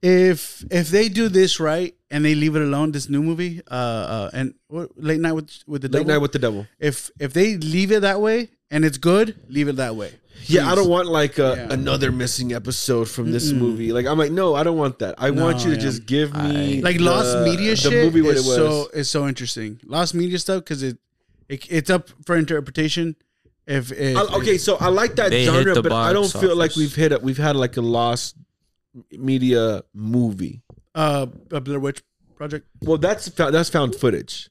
B: if if they do this right and they leave it alone, this new movie, uh, uh and what, late night with with the
A: Late
B: devil,
A: Night with the Devil.
B: if if they leave it that way and it's good, leave it that way.
A: Yeah, I don't want like a,
B: Yeah.
A: another missing episode from this movie. Like I'm like, no, I don't want that. I want
B: No,
A: you to
B: yeah.
A: just give me
D: I-
B: Like
A: the-
B: Lost Media
A: the
B: shit
A: movie what
B: is
A: it was.
B: so is so interesting. Lost Media stuff because it, it it's up for interpretation. If, if
A: I, okay, so I like that
D: They hit
A: genre,
D: the
A: but I don't
D: box
A: feel like
D: office.
A: we've hit. A, we've had like a lost media movie.
B: uh, a Blair Witch Project.
A: Well, that's fo- that's found footage,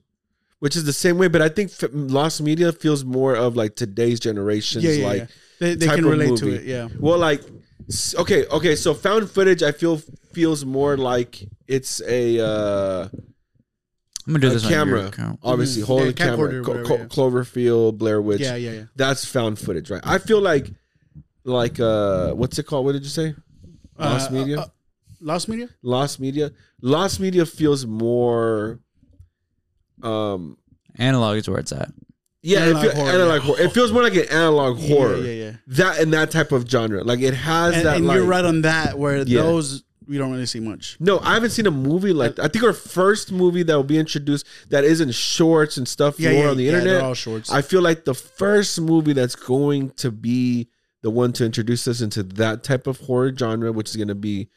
A: which is the same way. But I think f- lost media feels more of like today's generation's
B: Yeah, yeah,
A: like.
B: yeah. They, they
A: type
B: can
A: of
B: relate to
A: movie.
B: it. Yeah.
A: Well, like s- okay, okay. So found footage, I feel feels more like it's a uh,
D: I'm gonna do
A: a
D: this on
A: camera.
D: your account.
A: obviously
B: Mhm.
A: holding
B: Yeah,
A: the camera,
B: camcorder or
A: Clo-
B: whatever,
A: Clo-
B: yeah.
A: Cloverfield, Blair Witch.
B: Yeah, yeah, yeah.
A: That's found footage, right? I feel like like uh, what's it called? What did you say? Lost
B: Uh,
A: media.
B: uh, uh, Lost media.
A: Lost media. Lost media feels more. Um.
D: Analog is where it's at.
A: Yeah,
B: Analog
A: analog, it, feel,
B: horror,
A: analog
B: yeah.
A: horror. It feels more like an analog
B: Yeah,
A: horror.
B: Yeah, yeah. yeah.
A: That and that type of genre. Like it has
B: And,
A: that.
B: and
A: like,
B: you're right on that. Where
A: Yeah.
B: those we don't really see much.
A: No, I haven't seen a movie like
B: Uh,
A: that. I think our first movie that will be introduced that isn't shorts and stuff
B: Yeah,
A: more
B: yeah,
A: on the
B: yeah,
A: internet.
B: They're all shorts.
A: I feel like the first movie that's going to be the one to introduce us into that type of horror genre, which is going to be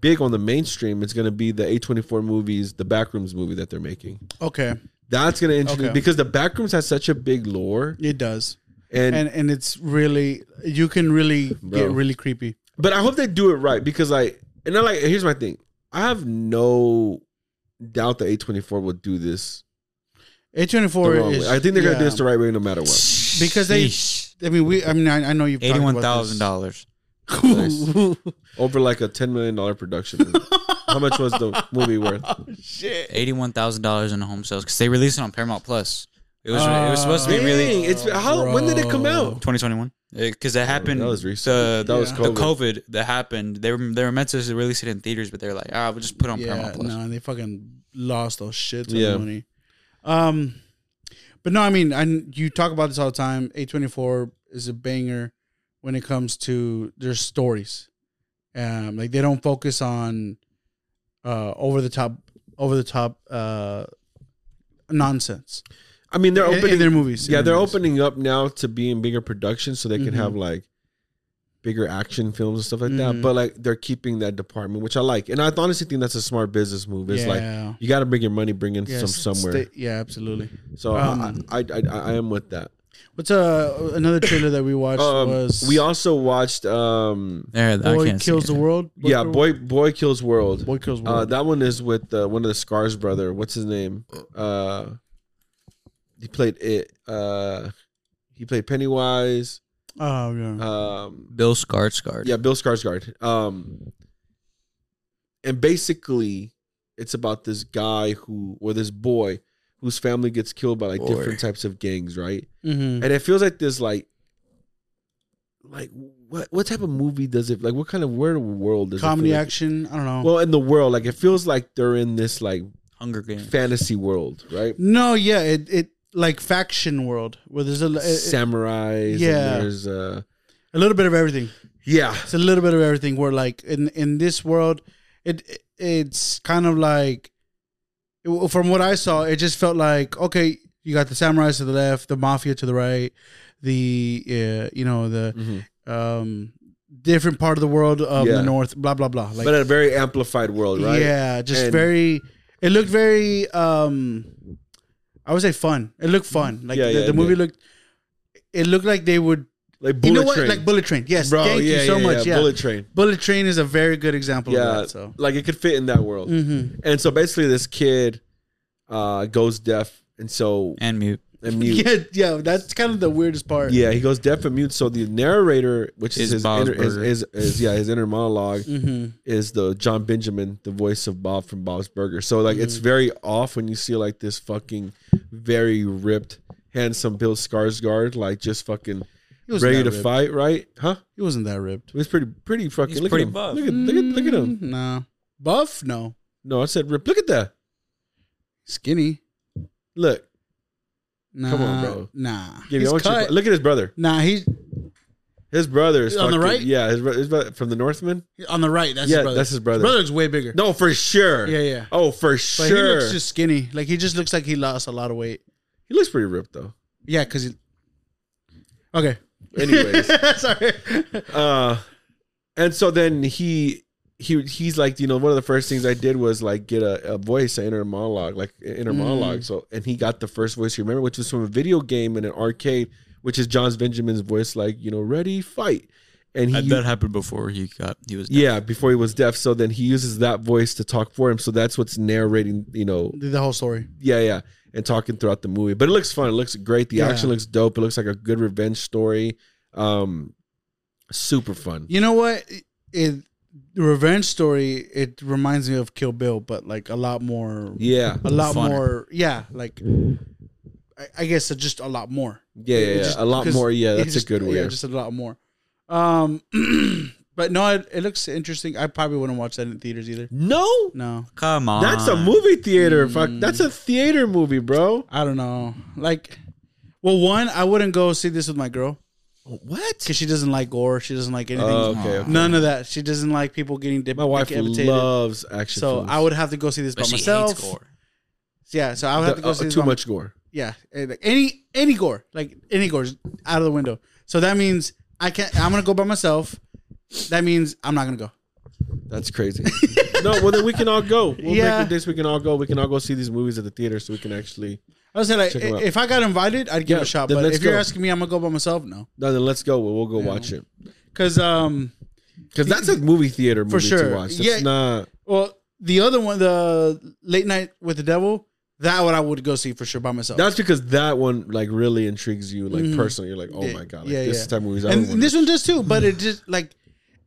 A: big on the mainstream, it's going to be the A24 movies, the Backrooms movie that they're making.
B: okay,
A: That's going to introduce
B: Okay.
A: because the Backrooms has such a big lore,
B: it does,
A: and,
B: and and it's really you can really
A: Bro.
B: get really creepy.
A: but I hope they do it right because like and I like here's my thing, I have no doubt that A24 will do this
B: A twenty
A: the
B: four.
A: wrong way. I think they're gonna do this the right way no matter what.
B: Because they- I mean, we. I mean, I, I know you've talked
D: eighty-one
B: about
D: thousand
B: this.
D: dollars.
A: Nice. Over like a ten million dollar production. How much was the movie worth?
D: Eighty-one thousand dollars in home sales because they released it on Paramount Plus. It was it was supposed to be
A: Uh, Dang,
D: really
A: it's how when did it come out?
D: 2021 because that happened.
A: that was recent.
D: The,
A: That was
D: the
A: COVID.
D: COVID that happened. They were they were meant to release it in theaters, but they were like, ah, we'll just put it on
B: Yeah,
D: Paramount Plus.
B: no, they fucking lost those shit ton
A: Yeah.
B: of money. Um, but no, I mean, and you talk about this all the time. A twenty four is a banger when it comes to their stories. Um, like they don't focus on uh over the top, over the top uh nonsense.
A: I mean, they're
B: In- in
A: opening.
B: their movies. in
A: yeah,
B: their
A: they're
B: movies.
A: opening up now to being bigger productions, so they can
B: Mhm.
A: have like bigger action films and stuff like that.
B: Mhm.
A: But like they're keeping that department, which I like, and I honestly think that's a smart business move. It's like you got to bring your money, bring in
B: Yeah,
A: some
B: s-
A: somewhere.
B: stay- yeah, absolutely.
A: so
B: um,
A: I, I, I I am with that.
B: What's uh another trailer that we watched
A: Um,
B: was
A: we also watched um
D: There, I
B: Boy
D: can't
B: Kills
D: see
B: the World.
A: yeah boy boy kills world.
B: Boy Kills World.
A: Uh, that one is with uh, one of the Scars brother. What's his name? Uh, he played it. Uh, he played Pennywise.
B: oh yeah.
A: Um,
D: Bill Skarsgård.
A: yeah, Bill Skarsgård. Um, and basically, it's about this guy who, or this boy, whose family gets killed by like
D: Boy.
A: different types of gangs, right?
B: Mm-hmm.
A: And it feels like this, like, like what what type of movie does it? Like, what kind of where world does it
B: Comedy
A: feel like-
B: action. I don't know.
A: Well, in the world, like it feels like they're in this like
D: Hunger Games.
A: fantasy world, right?
B: no, yeah, it it like faction world where there's a it- it-
A: Samurais.
B: yeah.
A: And there's uh,
B: a little bit of everything.
A: yeah.
B: It's a little bit of everything. Where like in in this world, it, it it's kind of like it- from what I saw, it just felt like okay, you got the samurais to the left, the mafia to the right, the uh, you know the
A: Mhm.
B: um different part of the world of
A: Yeah.
B: the north, blah blah blah. Like
A: but a very amplified world, right?
B: Yeah, just
A: And-
B: very. It looked very. um I would say fun. It looked fun. Like
A: Yeah,
B: the,
A: yeah,
B: the
A: it
B: movie
A: did.
B: looked. It looked like they would.
A: Like bullet
B: you know what?
A: train.
B: Like bullet train. Yes.
A: Bro,
B: thank
A: yeah,
B: you so
A: yeah,
B: much. Yeah. Bullet,
A: Bullet train.
B: train is a very good example
A: Yeah.
B: of that. So.
A: Like it could fit in that world.
B: Mm-hmm.
A: And so basically this kid uh goes deaf and so
D: And mute.
A: and mute.
B: Yeah, yeah. That's kind of the weirdest part.
A: Yeah, he goes deaf and mute. So the narrator, which is,
D: Is
A: his,
D: Bob's
A: inner, is,
D: Burgers.
A: is, is yeah his inner monolog
B: Mm-hmm.
A: is the John Benjamin, the voice of Bob from Bob's Burgers. So like
B: Mm-hmm.
A: it's very off when you see like this fucking very ripped, handsome Bill Skarsgård, like just fucking
B: He was
A: ready to
B: ripped.
A: fight, right? Huh?
B: He wasn't that ripped.
A: He's pretty, pretty fucking.
D: He's
A: look
D: pretty
A: at him.
D: buff.
A: Look at, look at, look at him.
B: Mm, No. Buff? No.
A: No, I said rip. Look at that.
B: Skinny?
A: Look,
B: Nah.
A: Come on, bro.
B: Nah.
A: give me, I
B: He's
A: want you-
B: cut.
A: look at his brother.
B: Nah, he's
A: His brother is
B: On the
A: fucking-
B: right?
A: Yeah, his, bro- his brother from the Northman.
B: on the right. That's
A: yeah,
B: his brother.
A: that's his brother.
B: brother looks way bigger.
A: No, for sure.
B: Yeah, yeah.
A: Oh, for
B: But
A: sure.
B: he looks just skinny. Like he just looks like he lost a lot of weight.
A: pretty ripped though.
B: Yeah, because he. Okay.
A: Anyways,
B: Sorry.
A: uh, and so then he. He, he's like you know one of the first things I did was like get a, a voice an inner monologue like an inner
B: Mm.
A: monologue so and he got the first voice you remember which was from a video game in an arcade which is John's Benjamin's voice, like you know, ready fight, and he
C: That, that happened before he got he was. dead.
A: yeah before he was deaf. So then he uses that voice to talk for him. So that's what's narrating, you know,
B: The, the whole story.
A: yeah, yeah, and talking throughout the movie. But it looks fun. It looks great. The
B: Yeah.
A: action looks dope. It looks like a good revenge story. Um, super fun.
B: You know what? It the revenge story. It reminds me of Kill Bill, but like a lot more.
A: Yeah,
B: A lot
C: Funner.
B: more. Yeah, like I, I guess uh, just a lot more.
A: yeah, yeah, yeah.
B: Just-
A: a lot
B: because
A: more. Yeah,
B: it
A: that's
B: just-
A: a good word.
B: Yeah, just a lot more. Um, but no, it, it looks interesting. I probably wouldn't watch that in theaters either.
A: no,
B: No,
D: Come on.
A: that's a movie theater. Fuck, that's a theater movie, bro.
B: I don't know. Like, well, one, I wouldn't go see this with my girl
A: What?
B: because she doesn't like gore. She doesn't like anything.
A: Oh, okay, okay.
B: None of that. She doesn't like people getting dip-
A: My wife
B: decapitated.
A: loves action.
B: so
A: films.
B: I would have to go see this
C: but
B: by
C: she
B: myself.
C: hates gore.
B: Yeah, so I would have to go
A: Uh,
B: see this
A: too
B: by-
A: much gore.
B: Yeah, eh, like any any gore, like any gore, is out of the window. So that means I can't. I'm gonna go by myself. That means I'm not gonna go.
A: That's crazy. no, well then we can all go. We'll
B: Yeah.
A: make it this. We can all go. We can all go see these movies at the theater, so we can actually.
B: I was saying, like,
A: Check 'em out.
B: if I got invited, I'd give
A: Yeah,
B: it a shot.
A: then
B: But
A: let's
B: if you're
A: go.
B: asking me, I'm gonna go by myself. No,
A: No, then let's go. We'll, we'll go watch it
B: because um,
A: because that's a movie theater movie
B: sure.
A: to watch. It's
B: Yeah.
A: not.
B: well, the other one, the Late Night with the Devil, that one I would go see for sure by myself.
A: That's because that one like really intrigues you, like personally. You're like, oh
B: Mm-hmm. Yeah,
A: my god, like,
B: yeah,
A: this
B: yeah.
A: is the type of movies. I
B: and
A: would wanna-
B: this one does too. But it just like,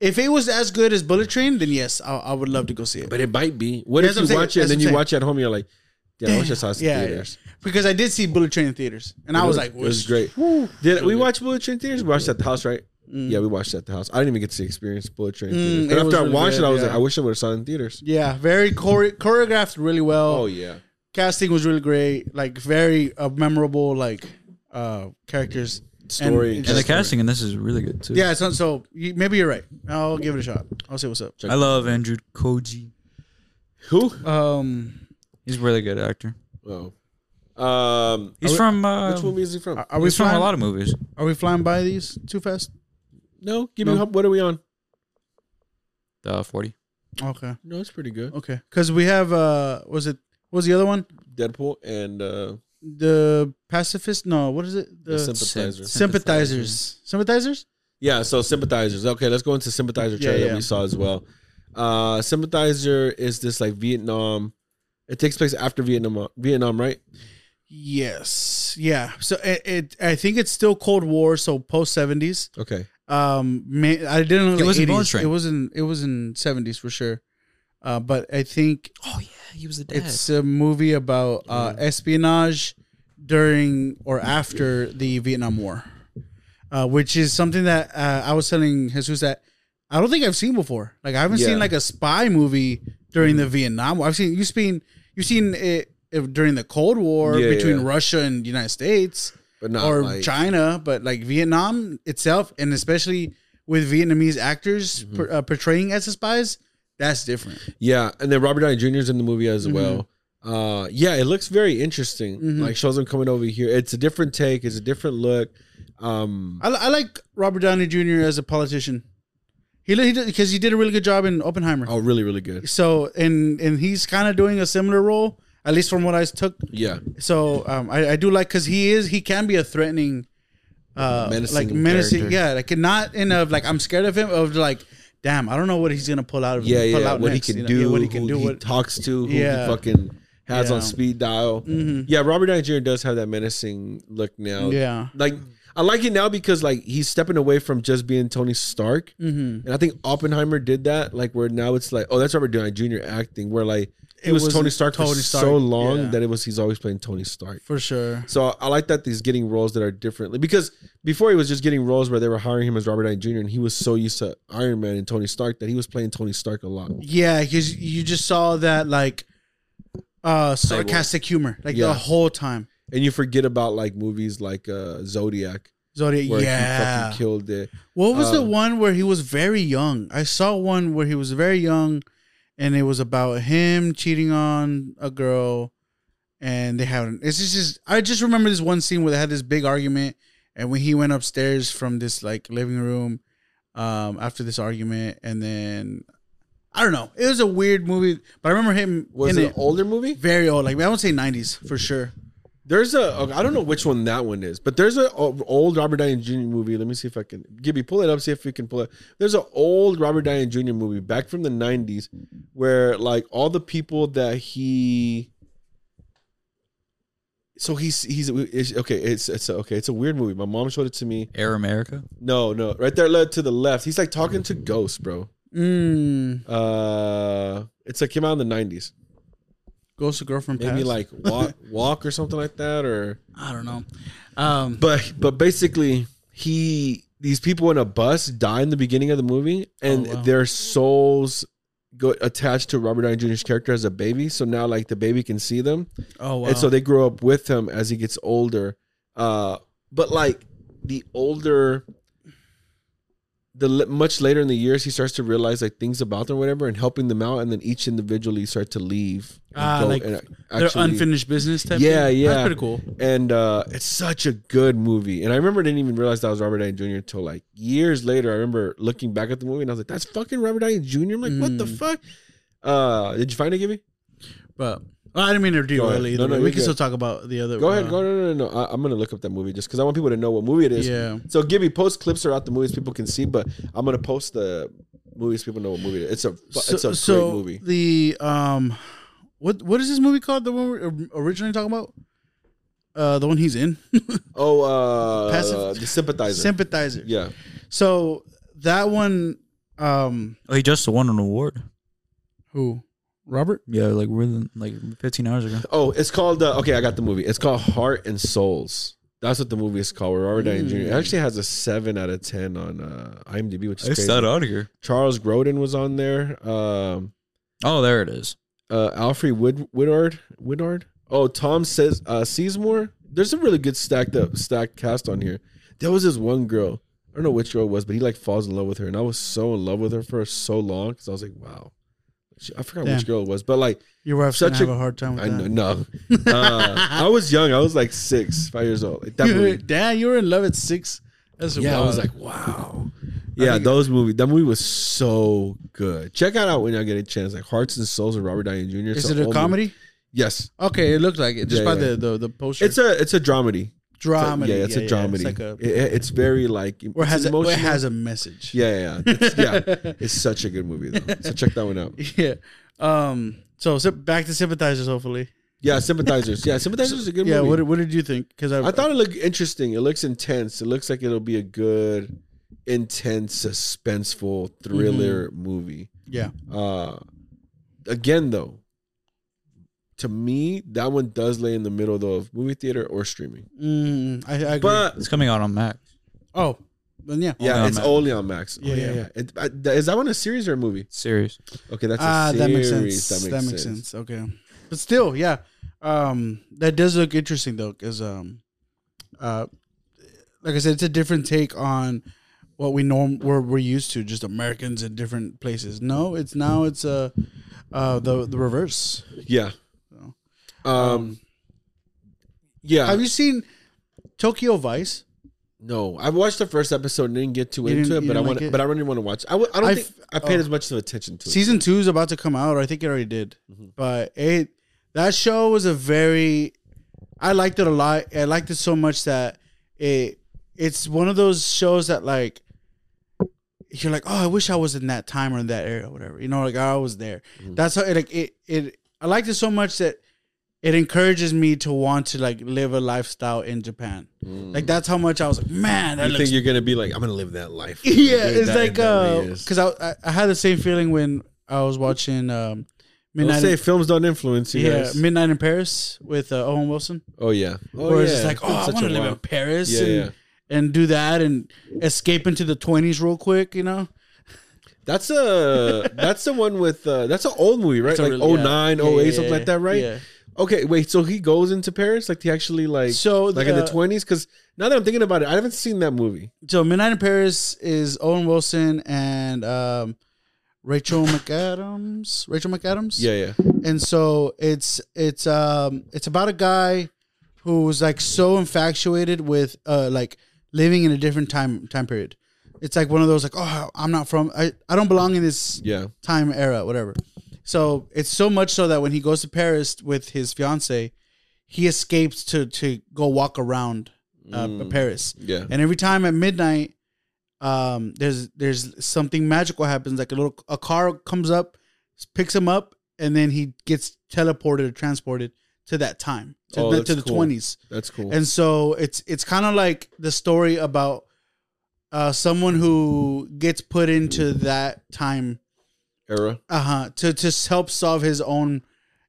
B: if it was as good as Bullet Train, then yes, I, I would love to go see it.
A: but it might be. What
B: That's
A: if you
B: what I'm
A: watch
B: saying.
A: it and
B: That's
A: then
B: what
A: you
B: I'm
A: watch it at home? and You're like, yeah, I wish I saw this in
B: yeah,
A: theaters.
B: yeah. because I did see Bullet Train in theaters, and I was like,
A: it was great. Did we watch Bullet Train theaters? We watched it at the house, right? Yeah, we watched it at the house. I didn't even get to experience Bullet Train. theaters.
B: Mm. it
A: But
B: was
A: after I
B: really
A: watched
B: good,
A: it, I was
B: yeah.
A: like, I wish I would have saw it in theaters.
B: Yeah, very chore- choreographed really well.
A: Oh yeah,
B: Casting was really great. Like very uh, memorable like uh characters.
A: Story
B: And,
A: and
B: just-
D: And the casting in this is really good too.
B: yeah, so, so you, maybe you're right. I'll give it a shot. I'll see what's up.
D: I love Andrew Koji.
A: who?
B: Um
D: He's a really good actor.
A: Oh, um,
D: He's
A: are we-
D: from uh,
A: which movie is he from?
B: are, are we
D: he's from
B: flying,
D: a lot of movies.
B: Are we flying by these too fast?
A: no, give
B: No.
A: me. help. What are we on?
D: The forty.
B: Okay.
A: No, it's pretty good.
B: Okay. Cuz we have uh was it what was the other one?
A: Deadpool and uh,
B: The pacifist? No, what is it?
A: the
B: The
A: sympathizer.
B: sympathizers. Sympathizers?
A: Yeah, so sympathizers. Okay, let's go into sympathizer
B: Yeah,
A: trailer
B: yeah.
A: that we saw as well. Uh sympathizer is this like Vietnam. It takes place after Vietnam Vietnam, right?
B: Yes. Yeah. So it, it I think it's still Cold War, so post 70s.
A: Okay.
B: Um, man, I didn't know
C: It
B: the
C: wasn't
B: 80s.
C: Bullet Train.
B: It was in it was in seventies for sure. Uh, but I think
C: Oh yeah, he was the dad.
B: it's a movie about uh, espionage during or after the Vietnam War, uh, which is something that uh, I was telling Jesus that I don't think I've seen before. Like I haven't
A: Yeah. Mm-hmm.
B: seen like a spy movie during the Vietnam. War. I've seen you've seen you've seen it, it during the Cold War
A: Yeah,
B: between
A: yeah.
B: Russia and the United States
A: But not
B: or
A: like
B: China, but like Vietnam itself, and especially with Vietnamese actors
A: Mm-hmm.
B: per, uh, portraying as spies, that's different.
A: Yeah, and then Robert Downey Jr. is in the movie
B: Mm-hmm.
A: as well. Uh yeah, it looks very interesting. Like shows him coming over here. It's a different take, it's a different look. Um
B: I, li- I like Robert Downey Jr. as a politician. He because he did a really good job in Oppenheimer.
A: oh really, really good.
B: So and and he's kind of doing a similar role, at least from what I took.
A: Yeah.
B: So um, I, I do like because he is he can be a threatening, uh,
A: Menacing
B: like menacing.
A: character.
B: Yeah, like not in of like I'm scared of him. Of like, damn, I don't know what he's gonna pull out of.
A: Yeah,
B: pull
A: yeah.
B: out
A: What
B: next,
A: he can
B: you know?
A: do,
B: Yeah, what he can
A: who
B: do,
A: he
B: what
A: talks to, who
B: Yeah.
A: he fucking has
B: Yeah. Mm-hmm.
A: on speed dial. Yeah, Robert Downey Jr. does have that menacing look now.
B: Yeah.
A: like I like it now because like he's stepping away from just being Tony Stark,
B: Mm-hmm.
A: and I think Oppenheimer did that. Like where now it's like, oh, that's Robert Downey Jr. acting, where like it,
B: It
A: was
B: was
A: Tony Stark
B: Tony
A: for
B: Stark,
A: so long
B: yeah.
A: that it was he's always playing Tony Stark.
B: For sure.
A: So I, I like that he's getting roles that are differently because before he was just getting roles where they were hiring him as Robert Downey Jr. and he was so used to Iron Man and Tony Stark that he was playing Tony Stark a lot.
B: Yeah, because you just saw that like uh sarcastic humor like the
A: Yeah.
B: whole time.
A: And you forget about like movies like uh, Zodiac
B: Zodiac,
A: where he
B: yeah.
A: fucking killed it.
B: What was the
A: um,
B: one where he was very young? I saw one where he was very young, and it was about him cheating on a girl, and they had it's just, just I just remember this one scene where they had this big argument, and when he went upstairs from this like living room, um, after this argument, and then I don't know, it was a weird movie, but I remember him
A: Was
B: in
A: it an older movie?
B: Very old, like I would say '90s for sure.
A: There's a okay, I don't know which one that one is, but there's a o- old Robert Downey Jr. movie. Let me see if I can Gibby pull it up. See if we can pull it. There's an old Robert Downey Jr. movie back from the '90s where like all the people that he. So he's he's it's- okay. It's it's okay. It's a weird movie. My mom showed it to me.
D: Air America.
A: No, no, right there led to the left. He's like talking to ghosts, bro.
B: Mm,
A: Uh, it's like came out in the nineties.
B: Ghost of Girlfriend
A: Maybe
B: Past.
A: like walk, walk or something like that, or
B: I don't know. Um,
A: but but basically he these people in a bus die in the beginning of the movie, and
B: Oh, wow.
A: their souls go attached to Robert Downey Jr.'s character as a baby. So now like the baby can see them,
B: oh wow.
A: and so they grow up with him as he gets older. Uh, but like the older, the l- much later in the years, he starts to realize like things about them, or whatever, and helping them out, and then each individually start to leave. and
B: Ah,
A: go
B: like
A: and
B: They're
A: actually-
B: unfinished business type.
A: Yeah,
B: thing?
A: yeah.
B: That's pretty cool.
A: And uh, it's such a good movie. And I remember I didn't even realize that was Robert Downey Jr. until like years later. I remember looking back at the movie and I was like, "That's fucking Robert Downey Jr." I'm like, "What the
B: Mm.
A: fuck?" Uh, did you find it, Gibby?
B: But well, I didn't mean to
A: Go
B: derail
A: ahead.
B: it either.
A: No, no,
B: way.
A: you're
B: we can
A: good.
B: still talk about the other.
A: Go ahead.
B: uh,
A: Go no no no. no. I, I'm gonna look up that movie just because I want people to know what movie it is.
B: Yeah.
A: So Gibby, post clips are out the movies people can see, but I'm gonna post the movies people know what movie it is. It's a fu- it's a great movie.
B: The um, what what is this movie called? The one we we're originally talking about. Uh, the one he's in,
A: Oh, uh,
B: Passive-
A: the sympathizer.
B: Sympathizer.
A: yeah,
B: So that one, um,
D: Oh, he just won an award.
B: who, Robert?
D: Yeah, like within like 15 hours ago.
A: Oh, it's called. Uh, okay, I got the movie. It's called Heart and Souls. That's what the movie is called. Robert Downey Jr. It actually has a seven out of ten on uh, IMDb, which is
D: It's
A: crazy.
D: that out of here.
A: Charles Grodin was on there. Um,
D: Oh, there it is.
A: uh, Alfred Wood- Woodard. Woodard. Oh, Tom says uh, Sizemore. There's a really good stacked up stacked cast on here. There was this one girl. I don't know which girl it was, but he like falls in love with her, and I was so in love with her for so long because I was like, wow. She- I forgot
B: Damn.
A: which girl it was, but like
B: Your wife's
A: Such
B: gonna have
A: a-
B: a hard time with
A: I
B: that.
A: know no. Uh, I was young. I was like six, five years old. Like, that
B: You were-
A: movie.
B: Damn, you were in love at six. That's
A: Yeah, I
B: wild.
A: was like, wow. Yeah, those movies. That movie was so good. Check it out when y'all get a chance. Like Hearts and Souls of Robert Downey Jr. It's
B: is
A: an
B: it a
A: old
B: comedy?
A: movie. Yes,
B: Okay, it looked like it just
A: Yeah,
B: by
A: yeah.
B: the, the the poster.
A: it's a it's a dramedy. It's a-
B: dramedy.
A: Yeah, it's a dramedy.
B: It's like a
A: It- it- it's very like
B: or
A: it's
B: has a, or it
A: emotional.
B: has a message.
A: yeah, yeah, yeah. It's, yeah. it's such a good movie though. So check that one out.
B: yeah. Um. So sip- back to sympathizers. Hopefully.
A: Yeah, Sympathizers. Yeah, Sympathizers is a good
B: Yeah.
A: movie.
B: What What did you think? Because I,
A: I thought it looked interesting. It looks intense. It looks like it'll be a good, intense, suspenseful thriller
B: Mm-hmm.
A: movie.
B: Yeah.
A: Uh, again, though, to me, that one does lay in the middle though of movie theater or streaming.
B: Mm, I, I agree.
A: But
D: It's coming out on Mac.
B: oh, then yeah.
A: yeah,
D: on
A: it's
D: Max.
A: only on Max.
B: Yeah,
A: oh, yeah,
B: yeah.
A: yeah. It- I- th- is that one a series or a movie?
D: Serious.
A: Okay, that's a
B: Ah,
A: series.
B: that makes sense. That makes, sense. Okay. But still, yeah. Um, that does look interesting though, because um, uh, like I said, it's a different take on what we norm we're, we're used to, just Americans in different places. No, it's now it's uh, uh the the reverse.
A: Yeah. Um. Yeah.
B: Have you seen Tokyo Vice?
A: No, I watched the first episode and didn't get too
B: You
A: into
B: didn't-
A: it,
B: you
A: but I
B: didn't
A: want,
B: like it?
A: but I really want to watch. I, w- I don't
B: I
A: think
B: f-
A: I paid
B: oh.
A: as much of attention to Mm-hmm. it.
B: Season two is about to come out. Or I think it already did. But it that show was a very I liked it a lot. I liked it so much that it it's one of those shows that like you're like, oh, I wish I was in that time or in that era, or whatever. You know, like I was there.
A: Mm-hmm.
B: That's how it like it it I liked it so much that it encourages me to want to like live a lifestyle in Japan. Like that's how much I was like, man, that
A: Mm. Mm-hmm. you
B: looks
A: think you're gonna be like, I'm gonna live that life?
B: yeah,
A: Dude,
B: it's
A: that-
B: like
A: that
B: uh
A: really is.
B: 'cause because I, I I had the same feeling when I was watching um
A: Don't
B: midnight
A: say
B: in,
A: films don't influence you
B: yeah
A: guys.
B: midnight in Paris with uh, Owen Wilson.
A: oh yeah. Oh
B: where
A: yeah.
B: it's just like
A: It's
B: oh
A: been
B: I
A: such
B: want
A: a
B: to live in
A: while.
B: Paris
A: Yeah,
B: and
A: yeah.
B: and do that and escape into the twenties real quick. You know
A: That's a that's the one with uh that's an old movie, right?
B: So
A: Like
B: really-
A: oh nine,
B: yeah.
A: oh eight,
B: Yeah, yeah,
A: something
B: yeah,
A: like that, right?
B: yeah.
A: Okay, wait. So he goes into Paris, like he actually like
B: So
A: like in the
B: the-
A: twenties. Because now that I'm thinking about it, I haven't seen that movie.
B: So midnight in Paris is Owen Wilson and um Rachel McAdams. Rachel McAdams.
A: Yeah, yeah.
B: and so it's it's um it's about a guy who was like so infatuated with uh like living in a different time time period it's like one of those like oh i'm not from i, I don't belong in this
A: Yeah.
B: time era whatever so it's so much so that when he goes to paris with his fiance he escapes to to go walk around uh,
A: Mm.
B: Paris.
A: Yeah.
B: And every time at midnight, um, there's there's something magical happens. Like a little a car comes up, picks him up, and then he gets teleported or transported to that time to
A: Oh,
B: the,
A: that's
B: to the
A: cool.
B: 20s.
A: That's cool.
B: And so it's it's kind of like the story about uh, someone who gets put into that time
A: Era
B: uh huh to to help solve his own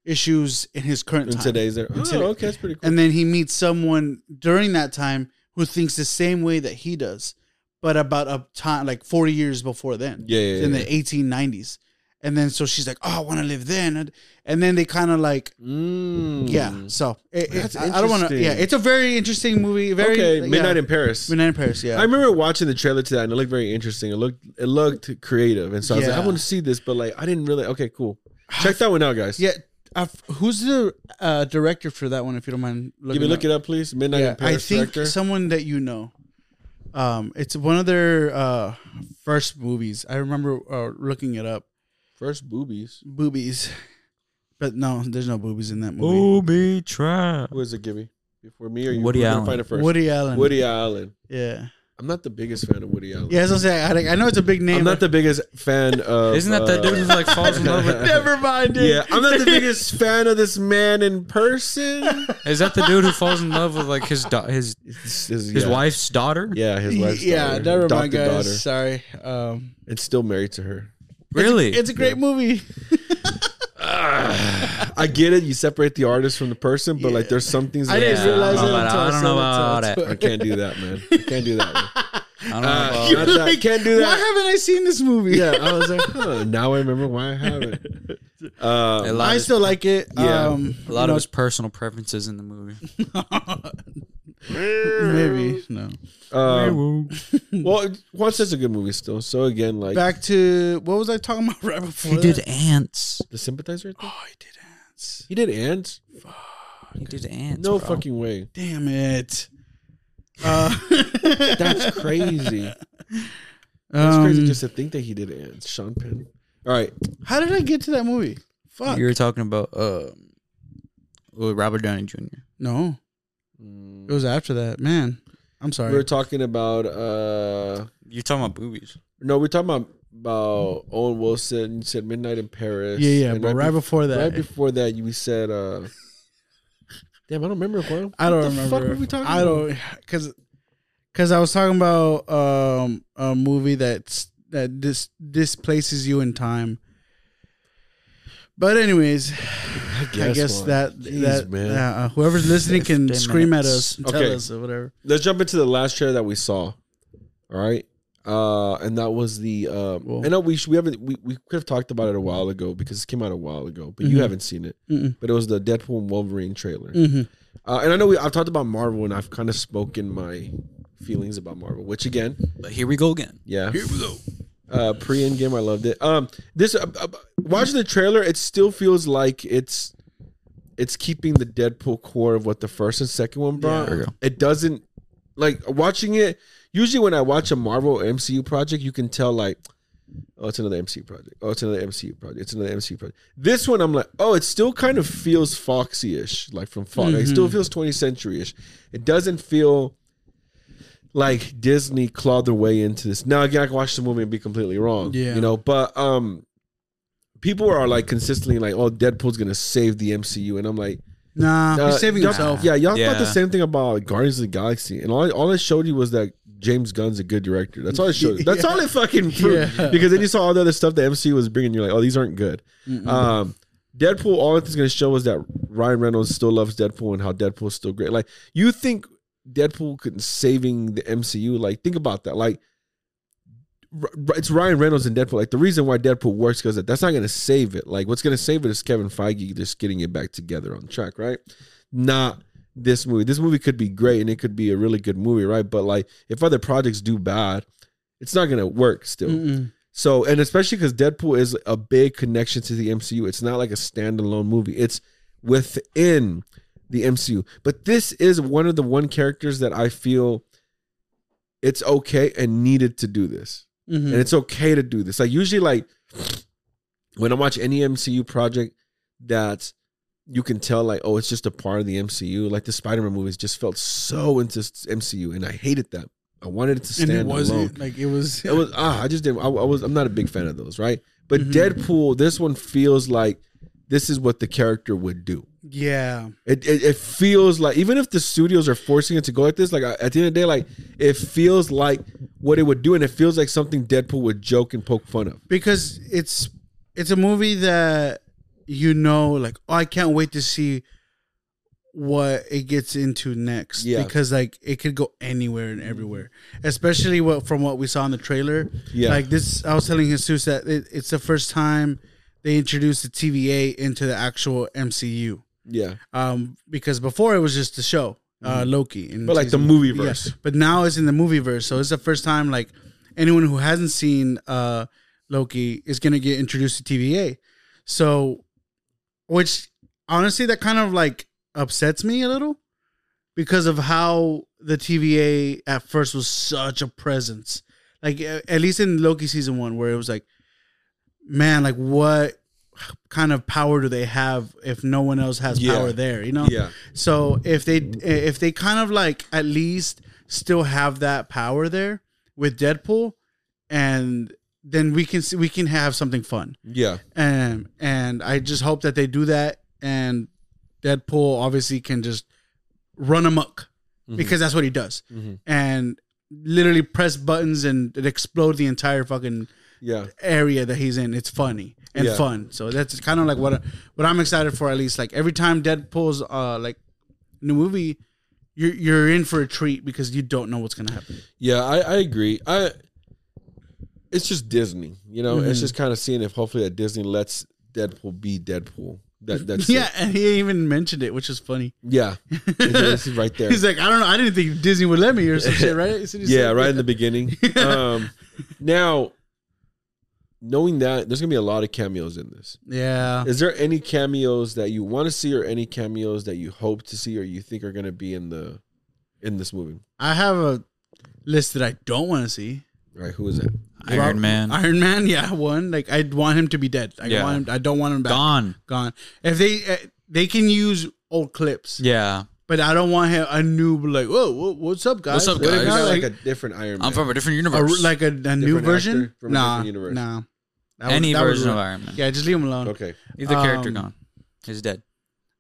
B: issues in his current
A: in
B: time.
A: today's era. Oh,
B: today-
A: okay, that's pretty cool.
B: And then he meets someone during that time who thinks the same way that he does, but about a time like 40 years before then,
A: yeah, yeah,
B: in
A: yeah.
B: the 1890s. And then so she's like, "Oh, I want to live then," and, and then they kind of like,
A: Mm.
B: yeah. So it, it-
A: That's
B: I, I don't want to. Yeah,
A: interesting.
B: it's a very interesting movie. Very
A: okay,
B: yeah.
A: Midnight in Paris.
B: Midnight in Paris. Yeah,
A: I remember watching the trailer to that, and it looked very interesting. It looked it looked creative, and so I was like,
B: Yeah.
A: I want to see this, but like I didn't really. Okay, cool. Check that one out, guys.
B: yeah. I f- who's the uh, director for that one? If you don't mind,
A: Give
B: looking
A: me look it up, please. Midnight
B: Yeah,
A: in Paris
B: I think
A: director.
B: someone that you know. Um, it's one of their uh first movies. I remember uh, looking it up.
A: First boobies.
B: Boobies, but no, there's no boobies in that movie.
D: Booby trap.
A: Who is it, Gibby? Before me or you?
D: Woody
A: We're gonna
D: Allen.
A: Find it first.
B: Woody Allen.
A: Woody Allen.
B: Yeah.
A: I'm not the biggest fan of Woody Allen.
B: Yeah, as I say, I, I know it's a big name.
A: I'm not
B: but-
A: the biggest fan of.
D: Isn't that that
A: uh,
D: dude who like falls in love with?
B: Never mind. Dude.
A: Yeah, I'm not the biggest fan of this man in person.
D: Is that the dude who falls in love with like his da- his
A: His, his-
D: his
A: yeah.
D: wife's daughter?
A: Yeah, his wife's
B: yeah,
A: daughter,
B: never mind,
A: adopted
B: guys.
A: daughter,
B: Sorry. Um,
A: and still married to her.
D: Really?
B: it's a great movie.
A: I get it. You separate the artist from the person, but like, there's some things that
B: I didn't
D: Yeah,
B: realize
D: I don't
B: that.
D: know about-
B: until
D: I don't know
B: saw
D: about
B: until-
A: I can't do that, man. I can't do that. One.
D: I don't know.
A: Uh,
D: about-
A: not that- can't do
B: Why
A: that.
B: haven't I seen this movie?
A: Yeah, I was like, huh, now I remember why I haven't.
D: a
A: Um,
D: lot,
B: I
D: of,
B: still like it.
A: Yeah.
B: Um,
D: a lot of his personal preferences in the movie.
B: maybe no.
A: um, well, Once is a good movie still. So again, like
B: Back to what was I talking about right before?
D: he
B: that?
D: did ants.
A: the sympathizer. thing?
B: Oh, I did ants.
A: He did ants.
D: He did ants.
A: No
D: bro.
A: fucking way.
B: Damn it. Uh,
A: That's crazy. That's
B: um,
A: crazy just to think that he did ants. Sean Penn. All right.
B: how did I get to that movie? Fuck.
D: You were talking about uh, well, Robert Downey Jr.
B: no, it was after that. Man, I'm
A: We
B: sorry.
A: were talking about uh
D: You're talking about boobies.
A: no, we were talking about about Owen Wilson. You said Midnight in Paris.
B: yeah, yeah,
A: And
B: but right
A: bef-
B: before that,
A: right before that, you said uh Damn, I don't remember Juan.
B: I don't
A: What the
B: remember.
A: fuck were we talking
B: I don't because because I was talking about um a movie that's that dis displaces you in time. But anyways, I guess,
A: Juan.
B: that
A: Jeez,
B: that
A: man.
B: yeah, uh, whoever's listening can
D: 15
B: scream at
D: minutes.
B: us, and
A: Okay.
B: tell us or whatever.
A: Let's jump into the last trailer that we saw. All right. Uh, and that was the. Um,
B: Well-
A: I know we should, we haven't we, we could have talked about it a while ago because it came out a while ago, but you
B: Mhm.
A: haven't seen it.
B: Mm-mm.
A: But it was the Deadpool and Wolverine trailer.
B: Mm-hmm.
A: Uh, and I know we, I've talked about Marvel and I've kind of spoken my feelings about Marvel, which again,
D: But here we go again.
A: yeah. Here we go. Uh, pre end game, I loved it. Um, this uh, uh, watching the trailer, it still feels like it's it's keeping the Deadpool core of what the first and second one brought.
D: There we go.
A: It doesn't like watching it. Usually, when I watch a Marvel MCU project, you can tell like, oh, it's another MCU project. Oh, it's another MCU project. It's another MCU project. This one, I'm like, oh, it still kind of feels Foxy-ish, like from Fox. It
D: Mm-hmm.
A: still feels 20th century-ish. It doesn't feel like Disney clawed their way into this. Now again, I can watch the movie and be completely wrong.
B: Yeah.
A: You know, but um people are like consistently like, oh, Deadpool's gonna save the MCU. And I'm like,
B: Nah,
A: uh,
B: he's saving
A: y'all-
B: himself.
A: Yeah, y'all thought
D: Yeah.
A: the same thing about Guardians of the Galaxy. And all all it showed you was that James Gunn's a good director. That's all it showed. you. That's all it fucking proved.
B: Yeah.
A: Because then you saw all the other stuff the MCU was bringing. You're like, oh, these aren't good.
B: Mm-hmm.
A: Um, Deadpool, all it's going to show is that Ryan Reynolds still loves Deadpool and how Deadpool's still great. Like, you think Deadpool could saving the MCU? Like, think about that. Like, r- r- it's Ryan Reynolds and Deadpool. Like, the reason why Deadpool works because that's not going to save it. Like, what's going to save it is Kevin Feige just getting it back together on track, right? Not this movie. This movie could be great and it could be a really good movie, right? But like, if other projects do bad, it's not going to work still.
B: Mm-mm.
A: So, and especially because Deadpool is a big connection to the MCU. It's not like a standalone movie. It's within the MCU. But this is one of the one characters that I feel it's okay and needed to do this.
B: Mhm.
A: And it's okay to do this. Like usually like when I watch any MCU project that's you can tell like oh it's just a part of the MCU. Like the Spider-Man movies just felt so into s- MCU, and I hated that. I wanted it to stand
B: and it
A: alone.
B: wasn't like it was.
A: It was ah, I just didn't. I, I was. I'm not a big fan of those, right? But
B: Mhm.
A: Deadpool, this one feels like this is what the character would do.
B: yeah,
A: It, it it feels like even if the studios are forcing it to go like this, like at the end of the day, like it feels like what it would do, and it feels like something Deadpool would joke and poke fun of.
B: because it's it's a movie that you know, like oh, I can't wait to see what it gets into next.
A: Yeah.
B: because like it could go anywhere and everywhere, especially what from what we saw in the trailer.
A: Yeah,
B: Like this, I was telling Jesus that it, it's the first time they introduced the TVA into the actual MCU.
A: yeah,
B: Um, because before it was just the show, uh, Loki, and
A: Mm-hmm. but like the
B: season-
A: movie
B: yeah,
A: verse.
B: but now it's in the movie verse, so it's the first time like anyone who hasn't seen uh, Loki is gonna get introduced to TVA. So, which honestly, that kind of like upsets me a little because of how the TVA at first was such a presence. Like a- at least in Loki season one, where it was like, man, like what kind of power do they have if no one else has
A: Yeah.
B: power there? You know,
A: Yeah,
B: so if they if they kind of like at least still have that power there with Deadpool, and then we can see, we can have something fun.
A: yeah,
B: And and I just hope that they do that, and Deadpool obviously can just run amok because that's what he does,
A: Mhm.
B: and literally press buttons and it explode the entire fucking
A: yeah.
B: area that he's in. It's funny and
A: Yeah.
B: fun. So that's kind of like what what I'm excited for. At least like every time Deadpool's uh like new movie, you're you're in for a treat because you don't know what's gonna happen.
A: Yeah, I, I agree. I it's just Disney, you know. It's
B: Mhm.
A: just kind of seeing if hopefully that Disney lets Deadpool be Deadpool. That that's it.
B: yeah, and he even mentioned it, which is funny.
A: yeah. this is right there.
B: He's like, I don't know, I didn't think Disney would let me or some shit, right? So he's
A: yeah,
B: like-
A: right in the beginning. Um, now, knowing that there's gonna be a lot of cameos in this,
B: Yeah.
A: is there any cameos that you want to see, or any cameos that you hope to see, or you think are gonna be in the in this movie?
B: I have a list that I don't want to see.
A: All right, who is that?
C: Iron
B: Well,
C: Man.
B: Iron Man, yeah, one. Like I'd want him to be dead. I
C: Yeah.
B: want him I don't want him back.
C: Gone.
B: Gone. If they uh, they can use old clips.
C: Yeah.
B: But I don't want him a new like whoa, whoa what's up guys?
C: What's up,
A: What if
C: guys?
A: you got, like
B: Like,
A: a different Iron Man?
C: I'm from a different
B: a,
C: universe.
B: like a, a new version?
A: actor from a
B: Nah,
A: different universe.
B: nah. That would-
C: Any
B: that would
C: version of
B: ruin-
C: Iron Man.
B: Yeah, just leave him alone.
A: okay.
C: Leave the character
B: Um,
C: gone. He's dead.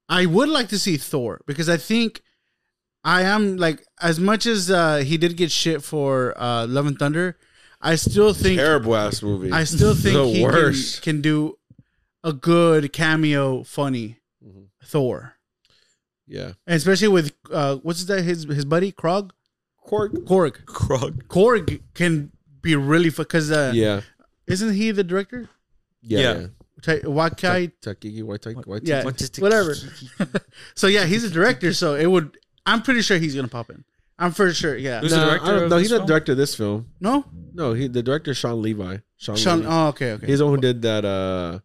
B: I would like to see Thor because I think I am like as much as uh, he did get shit for uh, Love and Thunder, I still think
A: Terrible ass movie.
B: I still think
A: The
B: he can,
A: worst.
B: can do a good cameo, funny
A: Mhm.
B: Thor,
A: yeah.
B: and especially with uh, what's that his his buddy Krog
A: Cork.
B: Korg
C: Krog.
B: Korg can be really because uh,
A: Yeah.
B: isn't he the director?
A: Yeah.
C: Yeah.
A: yeah.
B: Ta- Wakai,
A: Ta- Takigi, why Takigi? Why
B: yeah,
A: Takigi?
C: What is the-
B: whatever. so yeah, he's a director, so it would. I'm pretty sure he's gonna pop in. I'm for sure. Yeah.
C: Who's the
A: Nah, I
C: director
A: don't-
C: of
A: no,
C: this
A: he's not
C: film?
A: director of this film.
B: No.
A: No, he the director is Sean Levi. Sean,
B: Sean.
A: Levi.
B: Oh, okay. Okay.
A: He's the one who did that uh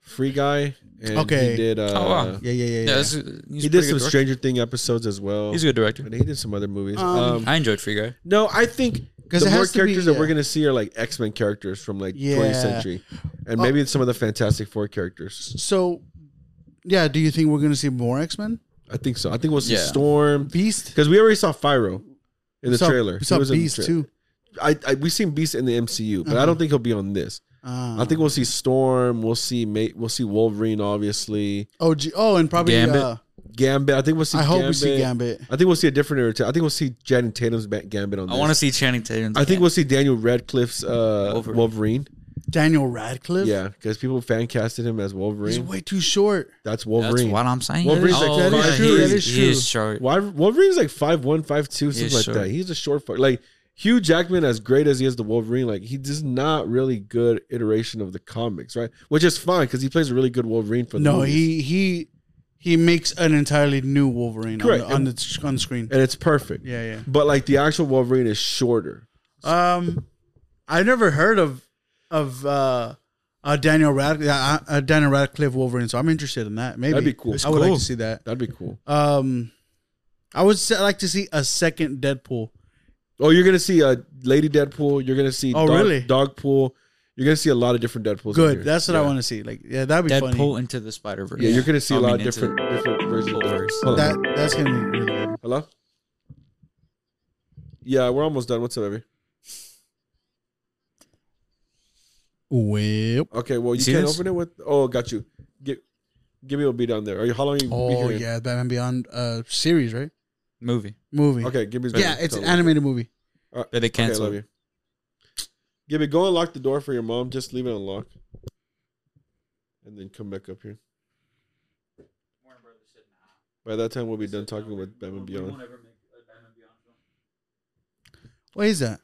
A: Free Guy and
B: Okay.
A: he did uh
C: Oh, wow.
B: yeah, yeah, yeah,
C: Yeah,
B: yeah.
C: that's-
A: he
C: he's a pretty
A: did
C: good
A: some
C: director.
A: Stranger Thing episodes as well.
C: He's a good director.
A: and he did some other movies. Um,
B: Um,
C: I enjoyed Free Guy.
A: no, I think
B: 'Cause
A: the
B: it
A: more
B: has to be-
A: characters that we're
B: yeah.
A: gonna see are like X Men characters from like 20th
B: Yeah.
A: century, and
B: Oh.
A: maybe some of the Fantastic Four characters.
B: So, yeah. Do you think we're gonna see more X Men?
A: I think so. I think we'll see
C: Yeah.
A: Storm
B: Beast.
A: because we already saw Fyro in the
B: saw,
A: trailer.
B: We
A: He
B: saw
A: was in the
B: Beast
A: trailer.
B: too. Mm-hmm.
A: I, I we've seen Beast in the MCU, but I don't think he'll be on this.
B: Uh,
A: I think we'll see Storm. We'll see mate. We'll see Wolverine, obviously.
B: Oh, gee, oh, and probably.
C: Gambit.
B: Uh,
A: Gambit. I think we'll see.
B: I hope
A: Gambit.
B: we see Gambit.
A: I think we'll see a different irritation. I think we'll see Janet Tatum's ba- Gambit on. This.
C: I want to see Channing Tatum.
A: I think we'll see Daniel Radcliffe's uh, Wolverine.
C: Wolverine.
B: Daniel Radcliffe.
A: Yeah, because people fan casted him as
B: He's
A: Wolverine.
B: way too short.
A: That's
C: That's
A: Wolverine.
C: what I'm saying.
A: Wolverine's like
C: oh,
A: that is
C: yeah,
A: true,
C: he
A: that
B: is
C: He
B: true.
C: is short.
A: Why Wolverine's like five one, five two, something
C: is
A: like
C: short.
A: that. He's a short fuck. Like Hugh Jackman, as great as he is, the Wolverine, like he does not really good iteration of the comics, right? Which is fine because he plays a really good Wolverine for the
B: No,
A: movies.
B: he he he makes an entirely new Wolverine on
A: Correct.
B: the, on the on the screen.
A: and it's perfect.
B: Yeah, yeah.
A: But like the actual Wolverine is shorter.
B: Um, I never heard of of uh, uh Daniel Radcliffe, uh, uh, Daniel Radcliffe Wolverine. So I'm interested in that. Maybe
A: That'd be cool.
B: I would like
C: cool.
B: to see that.
A: That'd be cool.
B: Um, I would se- like to see a second Deadpool.
A: Oh, you're gonna see uh, Lady Deadpool. You're gonna see
B: Oh,
A: Dog,
B: really?
A: Dogpool. You're gonna see a lot of different Deadpools. in
B: Good.
A: here.
B: That's what I
A: Yeah.
B: want to see. Like, yeah, that'd be
D: Deadpool
B: funny.
D: into the Spider Verse.
A: Yeah, you're gonna see a
D: I
A: lot of
D: mean, into
A: different different versions. of
D: Deadpool verse.
A: Hold on.
B: That that's gonna be really good.
A: Hello. Yeah, we're almost done. What's up, baby?
B: Whip.
A: Okay, well you
D: see
A: can't
D: this?
A: open it with. Oh, got you. Give, give me a beat down there. Are you? How long you be
B: Oh
A: here?
B: yeah, Batman Beyond uh series, right?
D: movie
B: Movie.
A: Okay, give me.
B: Yeah, it's an
A: totally.
B: animated movie.
D: that they
A: Okay, I love
D: canceled.
A: you. Gibby, go unlock the door for your mom. Just leave it unlocked, and then come back up here. By that time, we'll be done talking with Batman Beyond.
B: What is that?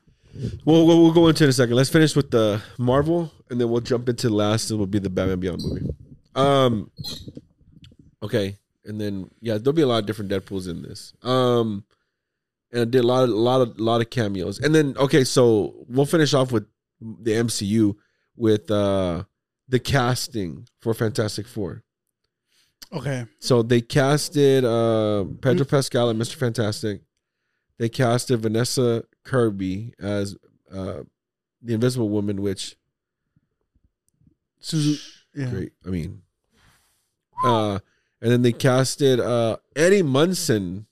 A: Well, we'll, we'll go into it in a second. Let's finish with the Marvel, and then we'll jump into the last. It will be the Batman Beyond movie. Um, okay, and then yeah, there'll be a lot of different Deadpool's in this. Um, and I did a lot, of, a lot of, lot of cameos, and then okay, so we'll finish off with the MCU with uh the casting for Fantastic Four.
B: Okay.
A: So they casted uh,
B: Hmm.
A: Pedro Pascal and Mr. Fantastic. They casted Vanessa Kirby as uh, the Invisible Woman, which
B: Susan. Yeah.
A: great. I mean, uh, and then they casted uh, Eddie Munson.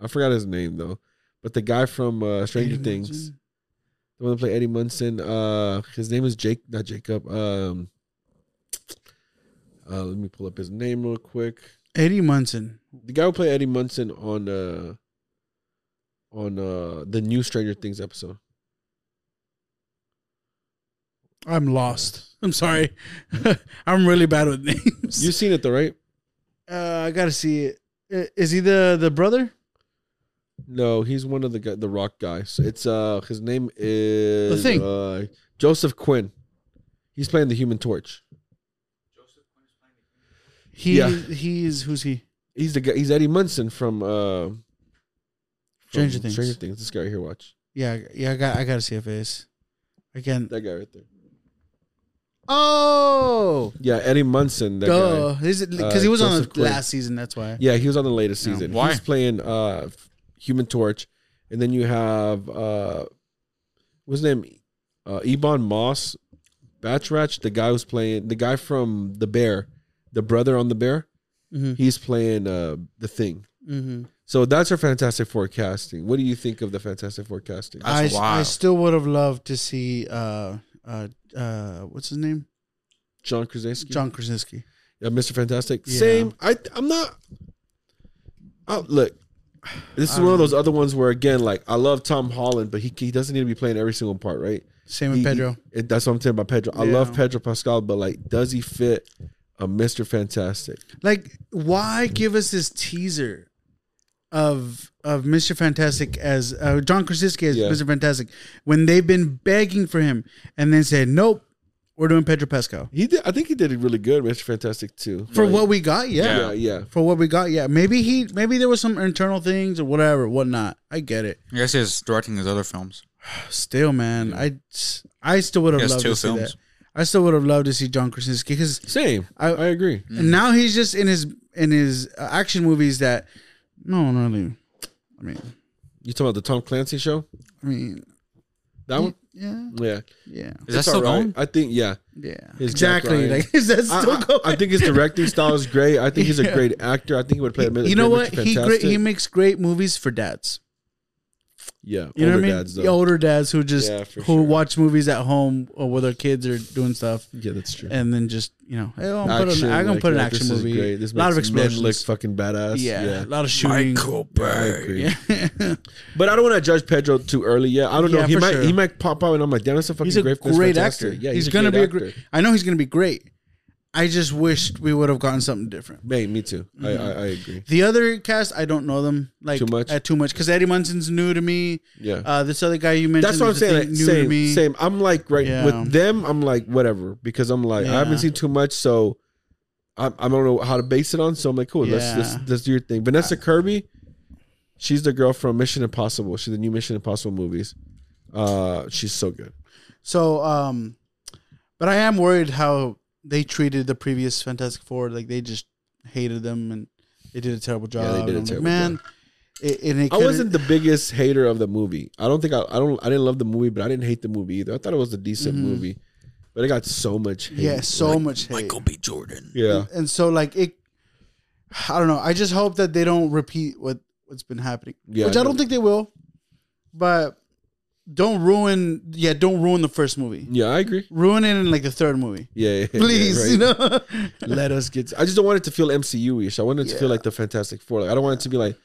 A: I forgot his name though, but the guy from uh, Stranger
B: Eddie
A: Things,
B: Munson.
A: the one that played Eddie Munson. Uh, his name is Jake, not Jacob. Um, uh, let me pull up his name real quick.
B: Eddie Munson.
A: The guy who played Eddie Munson on uh on uh the new Stranger Things episode.
B: I'm lost. I'm sorry. I'm really bad with names.
A: You've seen it though, right?
B: Uh, I gotta see it. I- Is he the the brother?
A: No, he's one of the guy, the rock guys. It's uh his name is
B: The Thing.
A: Uh, Joseph Quinn. He's playing the Human Torch.
B: He
A: Yeah.
B: he's who's he?
A: He's the guy. He's Eddie Munson from uh from
B: Stranger Things.
A: Stranger Things. This guy right here, watch
B: Yeah, yeah. I got I gotta see a face. Again.
A: that guy right there.
B: Oh,
A: Yeah, Eddie Munson. That guy.
B: duh. Is it because he
A: Uh,
B: was on the
A: Joseph Quinn.
B: last season? That's why.
A: Yeah, he was on the latest
B: No.
A: season.
C: Why?
A: He's playing uh Human Torch, and then you have uh what's his name? Uh Ebon Moss, Batratch, the guy who's playing the guy from The Bear, the brother on the bear,
B: Mm-hmm.
A: he's playing uh the thing.
B: Mm-hmm.
A: So that's our fantastic forecasting. What do you think of the fantastic forecasting?
B: I,
C: That's
B: s- I
C: wild.
B: still would have loved to see uh uh uh what's his name
A: John Krasinski?
B: John Krasinski.
A: Yeah, Mr. Fantastic.
B: Yeah.
A: Same. I I'm not. Oh, look, this is one
B: Um,
A: of those other ones where again, like I love Tom Holland, but he he doesn't need to be playing every single part, right?
B: Same with
A: He-
B: Pedro.
A: he- it- that's what I'm saying about Pedro. I
B: Yeah.
A: love Pedro Pascal, but like, does he fit a Mr. Fantastic?
B: Like, why give us this teaser of of Mister Fantastic as uh, John Krasinski as
A: Yeah.
B: Mister Fantastic when they've been begging for him and then said nope, we're doing Pedro Pascal
A: He did. I think he did really good, Mr. Fantastic too.
B: for
A: Like,
B: what we got.
A: Yeah,
B: Yeah.
A: yeah.
B: for what we got. Yeah, maybe he maybe there was some internal things or whatever, whatnot. I get it.
C: I guess he's directing his other films.
B: Still, man, I I still would have
C: He has
B: loved
C: two
B: to see
C: films.
B: that. I still would have loved to see John Krasinski because
A: Same. I,
B: I-
A: I agree.
C: Hmm.
B: And now he's just in his in his uh, action movies that no one really. I mean,
A: You talking about the Tom Clancy show?
B: I mean,
A: That one?
B: yeah,
A: Yeah.
B: yeah,
C: Is that still going?
A: I think. Yeah.
B: yeah.
A: His Jack
B: exactly.
A: Ryan.
B: Like is that
A: I-
B: still
A: I-
B: going?
A: I, think his directing style is great. I think he's a
B: Yeah.
A: great actor. I think he would play. a mi-
B: you know
A: great
B: what?
A: Mr.
B: He great.
A: Fantastic.
B: He makes great movies for dads.
A: Yeah,
B: You know what I mean?
A: dads, though.
B: The older dads who just
A: Yeah, for
B: who
A: sure.
B: watch movies at home or where their kids are doing stuff,
A: yeah, that's true.
B: and then just you know, hey, I'm gonna put an, I'm gonna
A: like,
B: put an
A: yeah,
B: action
A: this is
B: movie.
A: great. This
B: a lot of
A: makes men look
B: explosions.
A: fucking badass.
B: Yeah,
A: Yeah,
B: a lot of shooting.
A: I agree.
B: Yeah.
A: But I don't want to judge Pedro too early yet. I don't know.
B: Yeah,
A: He
B: for
A: might
B: sure.
A: he might pop out and I'm like, damn, that's a fucking
B: he's a
A: great,
B: great,
A: that's fantastic.
B: actor.
A: Yeah,
B: he's, gonna be a
A: actor.
B: great. I know he's gonna be great. I just wished we would have gotten something different.
A: Hey, me too. I,
B: Mm-hmm.
A: I I agree.
B: The other cast, I don't know them like
A: Too much?
B: uh, too much because Eddie Munson's new to me.
A: Yeah.
B: Uh, this other guy you mentioned,
A: that's what I'm
B: is a
A: saying.
B: thing
A: like,
B: new to me.
A: same, same. I'm like right
B: Yeah.
A: with them. I'm like whatever because I'm like I haven't
B: Yeah.
A: seen too much, so I, I don't know how to base it on. So I'm like, cool. Let's,
B: Yeah.
A: let's let's do your thing. Vanessa Kirby, she's the girl from Mission Impossible. She's the new Mission Impossible movies. Uh, she's so good.
B: So, um, but I am worried how they treated the previous Fantastic Four. Like they just hated them and they did a terrible job.
A: Yeah, they did
B: And
A: a
B: I'm like,
A: terrible
B: Man, it, and it
A: I
B: coulda-
A: wasn't the biggest hater of the movie. I don't think I, I don't I didn't love the movie, but I didn't hate the movie either. I thought it was a decent
B: Mhm.
A: movie. But But it got so much hate.
B: yeah, so much hate.
C: Michael B. Jordan.
A: Yeah.
B: And so like it I don't know. I just hope that they don't repeat what what's been happening.
A: Yeah,
B: which
A: I
B: I don't
A: know.
B: think they will. But don't ruin yeah, don't ruin the first movie.
A: Yeah, I agree.
B: Ruin it in like the third movie.
A: Yeah. yeah, yeah,
B: Please,
A: right.
B: you know.
A: Let us get. I just don't want it to feel MCU ish. I want it to feel like the Fantastic Four. Like I don't want it to be like,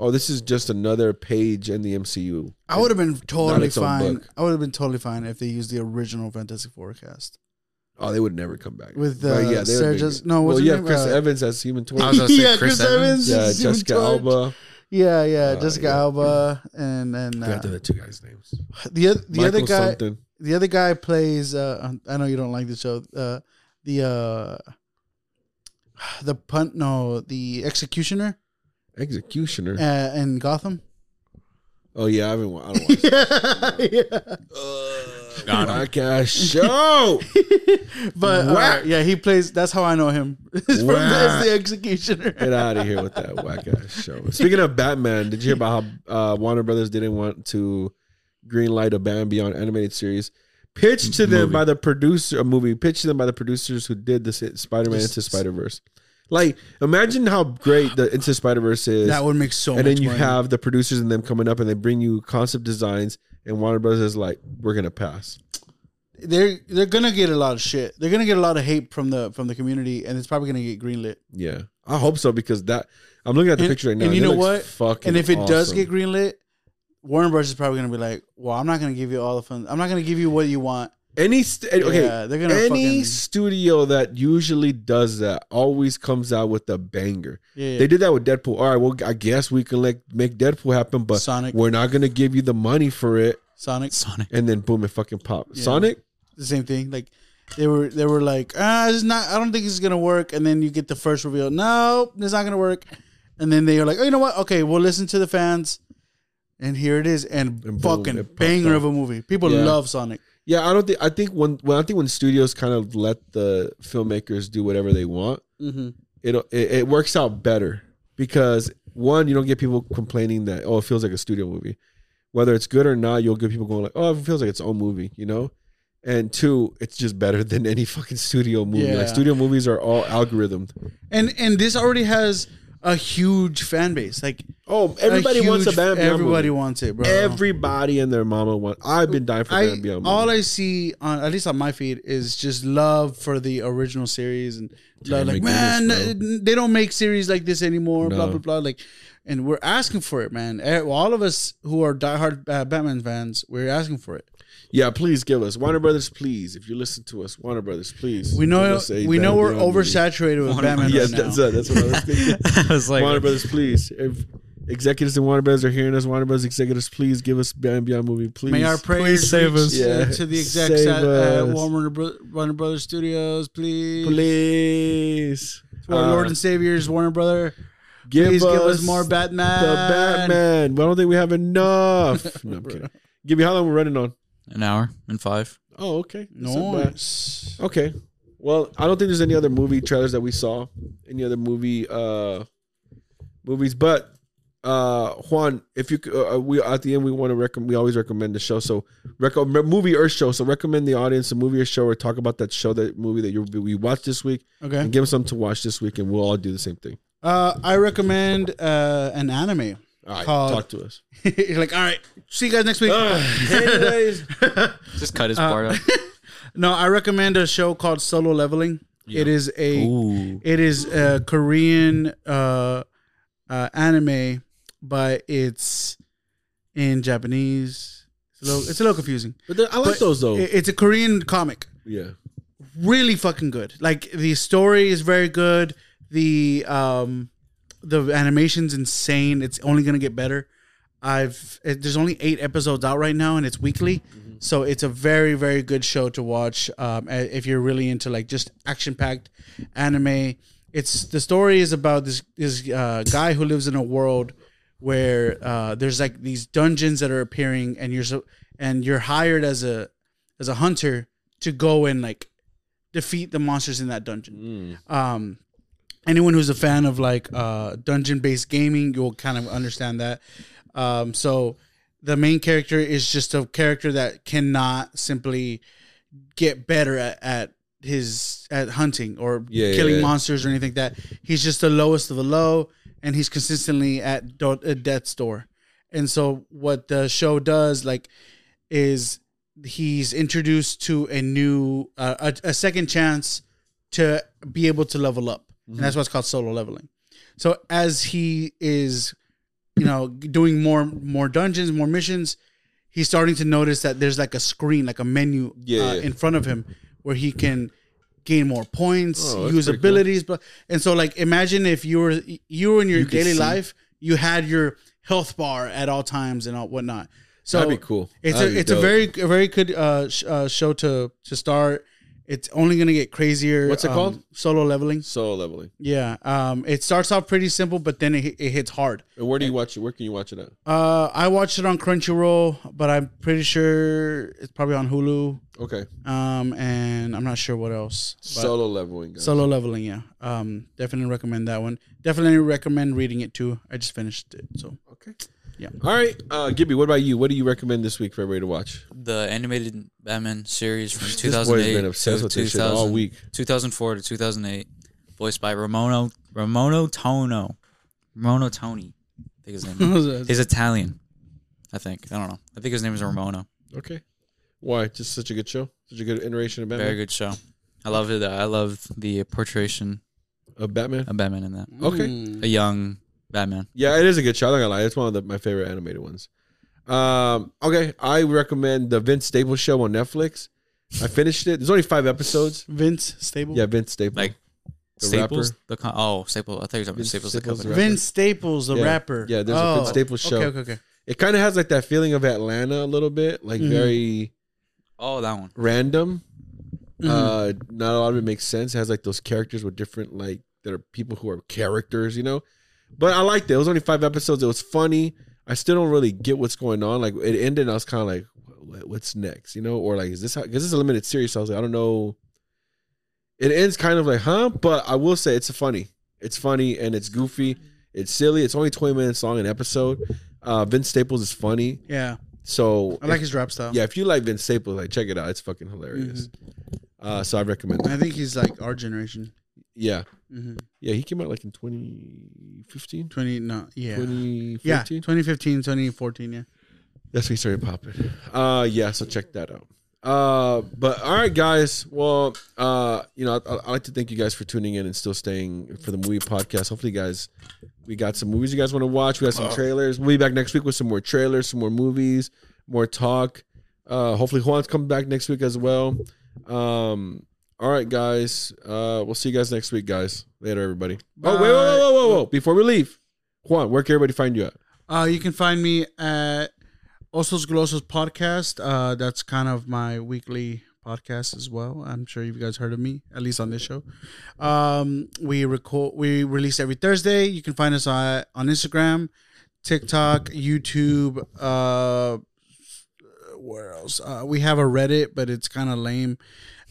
A: oh, this is just another page in the MCU.
B: I would have been totally
A: its own
B: fine.
A: book.
B: I would have been totally fine if they used the original Fantastic Forecast.
A: Oh, they would never come back
B: With,
A: But
B: uh,
A: they would
B: Sarah
A: be-
B: Jess- no, what's
A: well,
B: her
A: you have
B: name?
A: Chris
B: Uh,
A: Evans as Human
C: I
A: Torch.
C: was gonna say Chris Evans.
A: Yeah,
B: is Human
A: Jessica
B: Torch.
A: Alba.
B: Yeah, yeah,
A: Uh,
B: Jessica
A: yeah.
B: Alba and and
A: I forgot the
B: uh,
A: other two guys' names.
B: the oth- the other
A: Michael
B: guy
A: something.
B: the other guy plays uh I know you don't like the show uh the uh the punt no the executioner
A: Executioner.
B: uh, in Gotham
A: Oh yeah, I haven't. wa- I don't watch
B: yeah,
A: uh,
C: Got him.
A: podcast show.
B: but uh,
A: Whack.
B: yeah he plays that's how I know him It's from
A: Whack.
B: as the executioner
A: Get out of here with that whack ass show. Speaking of Batman, did you hear about how uh, Warner Brothers didn't want to greenlight a Bambi on animated series? Pitched to them
C: Movie.
A: by the producer, a movie pitched to them by the producers who did the Spider Man
B: Just-
A: into Spider Verse. Like, imagine how great the Into Spider Verse is.
B: that would make so
A: and
B: much
A: then you
B: money.
A: have the producers and them coming up and they bring you concept designs, and Warner Brothers is like, we're going to pass.
B: they're they're gonna get a lot of shit they're gonna get a lot of hate from the from the community and it's probably gonna get greenlit
A: Yeah. I hope so because that, I'm looking at the
B: And-
A: picture right now.
B: and you
A: it
B: know what?
A: looks Fucking
B: and if it does
A: awesome.
B: get greenlit Warren Bros is probably gonna be like well I'm not gonna give you all the fun I'm not gonna give you what you want
A: Any st- okay,
B: Yeah, they're gonna
A: any
B: fucking-
A: studio that usually does that always comes out with a banger.
B: yeah, yeah.
A: They did that with Deadpool. All right, well, I guess we can like make Deadpool happen, but
B: Sonic.
A: we're not gonna give you the money for it.
B: Sonic
D: Sonic.
A: And then boom, it fucking popped.
B: Yeah.
A: Sonic,
B: the same thing. Like they were they were like, ah, it's not. I don't think it's gonna work. And then you get the first reveal. No, it's not gonna work. And then they are like, oh, you know what? Okay, we'll listen to the fans. And here it is, and,
A: And boom,
B: fucking
A: it popped
B: banger
A: out.
B: of a movie. People
A: Yeah.
B: love Sonic.
A: yeah, I don't think I think when well, I think when studios kind of let the filmmakers do whatever they want,
B: Mm-hmm.
A: it'll, it it works out better because one, you don't get people complaining that oh, it feels like a studio movie, whether it's good or not. You'll get people going like, oh, it feels like its own movie, you know. And two, it's just better than any fucking studio movie.
B: Yeah.
A: Like studio movies are all algorithmed.
B: And and this already has a huge fan base. Like
A: Oh, everybody
B: huge-
A: wants a Bam Bam
B: Everybody
A: movie.
B: wants it, bro.
A: Everybody and their mama want. I've been dying for
B: I,
A: Bam Bam.
B: all
A: movie.
B: I see on at least on my feed is just love for the original series and love,
A: they make
B: like man,
A: this,
B: they don't make series like this anymore. Blah
A: No.
B: blah blah. Like, and we're asking for it, man. Eh, well, all of us who are diehard uh, Batman fans, we're asking for it.
A: yeah, please give us Warner Brothers. Please, if you listen to us, Warner Brothers, please.
B: We
A: give
B: know
A: us a
B: we know
A: Bam
B: we're
A: Bam movie.
B: oversaturated with Batman
A: Yes,
B: right
A: that's
B: now.
A: it. That's what I was thinking.
D: I was like,
A: Warner Brothers, please. If executives in Warner Brothers are hearing us, Warner Brothers executives, please give us Bam Beyond movie, please.
B: May our prayers
D: save
B: reach,
D: us.
B: uh,
A: Yeah.
B: to the execs
A: Save
B: at, at
A: us.
B: Warner, Bro- Warner Brothers Studios, please.
A: please.
B: Our
A: Uh,
B: Lord and Savior's Warner Brother.
A: give
B: Please give us
A: us
B: more
A: the
B: Batman.
A: Batman. I don't think we have enough. no, I'm kidding. Give me how long we're running on.
D: an hour and five.
A: Oh, okay. That's not bad.
B: Nice.
A: Okay. Well, I don't think there's any other movie trailers that we saw, any other movie uh movies, but uh Juan, if you c- uh, uh, we at the end we want to recommend we always recommend the show. So recommend movie or show. So recommend the audience a movie or show or talk about that show that movie that you we watched this week
B: Okay.
A: and give them something to watch this week and we'll all do the same thing.
B: Uh, I recommend uh, an anime.
A: All right.
B: Called-
A: Talk to us.
B: You're like, all right, see you guys next week.
A: anyways,
D: Just cut his
A: Uh,
D: part up.
B: no, I recommend a show called Solo Leveling. It is a
D: Ooh.
B: it is a Korean uh, uh, anime, but it's in Japanese. It's a little, it's a little confusing.
A: but there- I like
B: But
A: those though.
B: It- It's a Korean comic.
A: yeah.
B: really fucking good. Like the story is very good. The um the animation's insane. It's only gonna get better. I've it, there's only eight episodes out right now, and it's weekly, so it's a very very good show to watch. Um, a- if you're really into like just action packed anime, it's the story is about this this uh, guy who lives in a world where uh, there's like these dungeons that are appearing, and you're so and you're hired as a as a hunter to go and like defeat the monsters in that dungeon.
A: Mm.
B: Um, anyone who's a fan of like uh, dungeon based gaming, you'll kind of understand that. Um, so the main character is just a character that cannot simply get better at, at his at hunting or
A: Yeah, yeah,
B: killing
A: yeah.
B: monsters or anything like that. He's just the lowest of the low, and he's consistently at, do- at death's door. And so what the show does, like, is he's introduced to a new uh, a, a second chance to be able to level up,
A: Mm-hmm.
B: and that's why it's called solo leveling. So as he is, you know, doing more more dungeons, more missions, he's starting to notice that there's like a screen, like a menu
A: Yeah.
B: uh, in front of him where he can gain more points,
A: Oh, that's
B: use
A: pretty cool.
B: abilities, but and so like imagine if you were you were in your
C: could
B: daily
C: see.
B: life, you had your health bar at all times and all whatnot. So
A: That'd be cool.
B: It's
A: That'd
B: a
A: be
B: it's a
A: dope.
B: very a very good uh, sh- uh show to to start. It's only gonna get crazier.
A: What's it
B: um,
A: called?
B: Solo leveling.
A: Solo leveling.
B: Yeah. Um. It starts off pretty simple, but then it, it hits hard.
A: And where do you watch it? Where can you watch it at?
B: Uh, I watched it on Crunchyroll, but I'm pretty sure it's probably on Hulu.
A: Okay.
B: Um, and I'm not sure what else. but-
A: Solo leveling. Guys.
B: Solo leveling, yeah. Um, definitely recommend that one. Definitely recommend reading it too. I just finished it, so
A: okay.
B: Yeah.
A: All right. Uh, Gibby, what about you? What do you recommend this week for everybody to watch?
C: The animated Batman series from
A: This boy's
C: 2008
A: been obsessed
C: to
A: with this shit all
C: 2000
A: week.
C: 2004 to 2008, voiced by Ramono Ramono Tono, Ramono Tony, I think his name. is. He's Italian, I think. I don't know. I think his name is Ramona.
A: Okay. Why? Just such a good show. Such a good iteration of Batman.
C: Very good show. I love it. uh, I love the portrayation
A: Of Batman.
C: of Batman in that.
A: Okay.
C: A young Batman.
A: Yeah, it is a good show. I'm not gonna lie. It's one of the, my favorite animated ones. Um, okay, I recommend the Vince Staples show on Netflix. I finished it. There's only five episodes.
B: Vince Staples.
A: Yeah, Vince Staples.
C: Like
A: The
C: Staples.
A: rapper.
C: The con- oh, Staples. I thought you were talking about
A: Vince Staples,
C: Staples. the
A: the
C: company.
A: rapper.
B: Vince Staples, the
A: Yeah.
B: rapper. Oh,
A: Yeah, there's a Vince Staples show.
B: Okay, okay, okay.
A: it kind of has like that feeling of Atlanta a little bit, like
B: Mhm.
A: very
C: Oh, that one.
A: random.
B: Mhm.
A: Uh, not a lot of it makes sense. It has like those characters with different like that are people who are characters, you know. But I liked it. It was only five episodes. It was funny. I still don't really get what's going on. Like it ended, and I was kind of like, "What- "What's next?" You know, or like, "Is this because this is a limited series?" So I was like, "I don't know." It ends kind of like, "Huh?" But I will say it's funny. It's funny and it's goofy. It's silly. It's only twenty minutes long an episode. Uh, Vince Staples is funny,
B: Yeah,
A: so
B: I like his rap style.
A: yeah, if you like Vince Staples, like check it out. It's fucking hilarious. Uh, so I recommend it.
B: Mm-hmm. I think he's like our generation.
A: Yeah,
B: hmm
A: yeah, he came out like in 2015,
B: Twenty, no, yeah,
A: 2014.
B: yeah, 2015, 2014, yeah.
A: That's when he started popping. Uh, yeah, so check that out. Uh, but all right, guys. Well, uh, you know, I, I like to thank you guys for tuning in and still staying for the movie podcast. Hopefully, you guys, we got some movies you guys want to watch. We got some trailers. We'll be back next week with some more trailers, some more movies, more talk. Uh, hopefully, Juan's coming back next week as well. Um, all right, guys. Uh, we'll see you guys next week, guys. Later, everybody. Oh, wait, whoa, whoa, whoa, whoa, whoa! Before we leave, Juan, where can everybody find you at?
B: Uh, you can find me at Osos Glosos podcast. Uh, that's kind of my weekly podcast as well. I'm sure you guys heard of me at least on this show. Um, we record, we release every Thursday. You can find us on, on Instagram, TikTok, YouTube. Uh, where else? Uh, we have a Reddit, but it's kind of lame.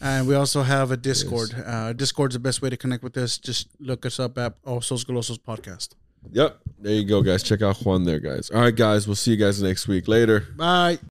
B: And we also have a Discord. Uh, Discord's the best way to connect with us. Just look us up at Osos Glosos podcast.
A: Yep. There you go, guys. Check out Juan there, guys. All right, guys. We'll see you guys next week. Later.
B: Bye.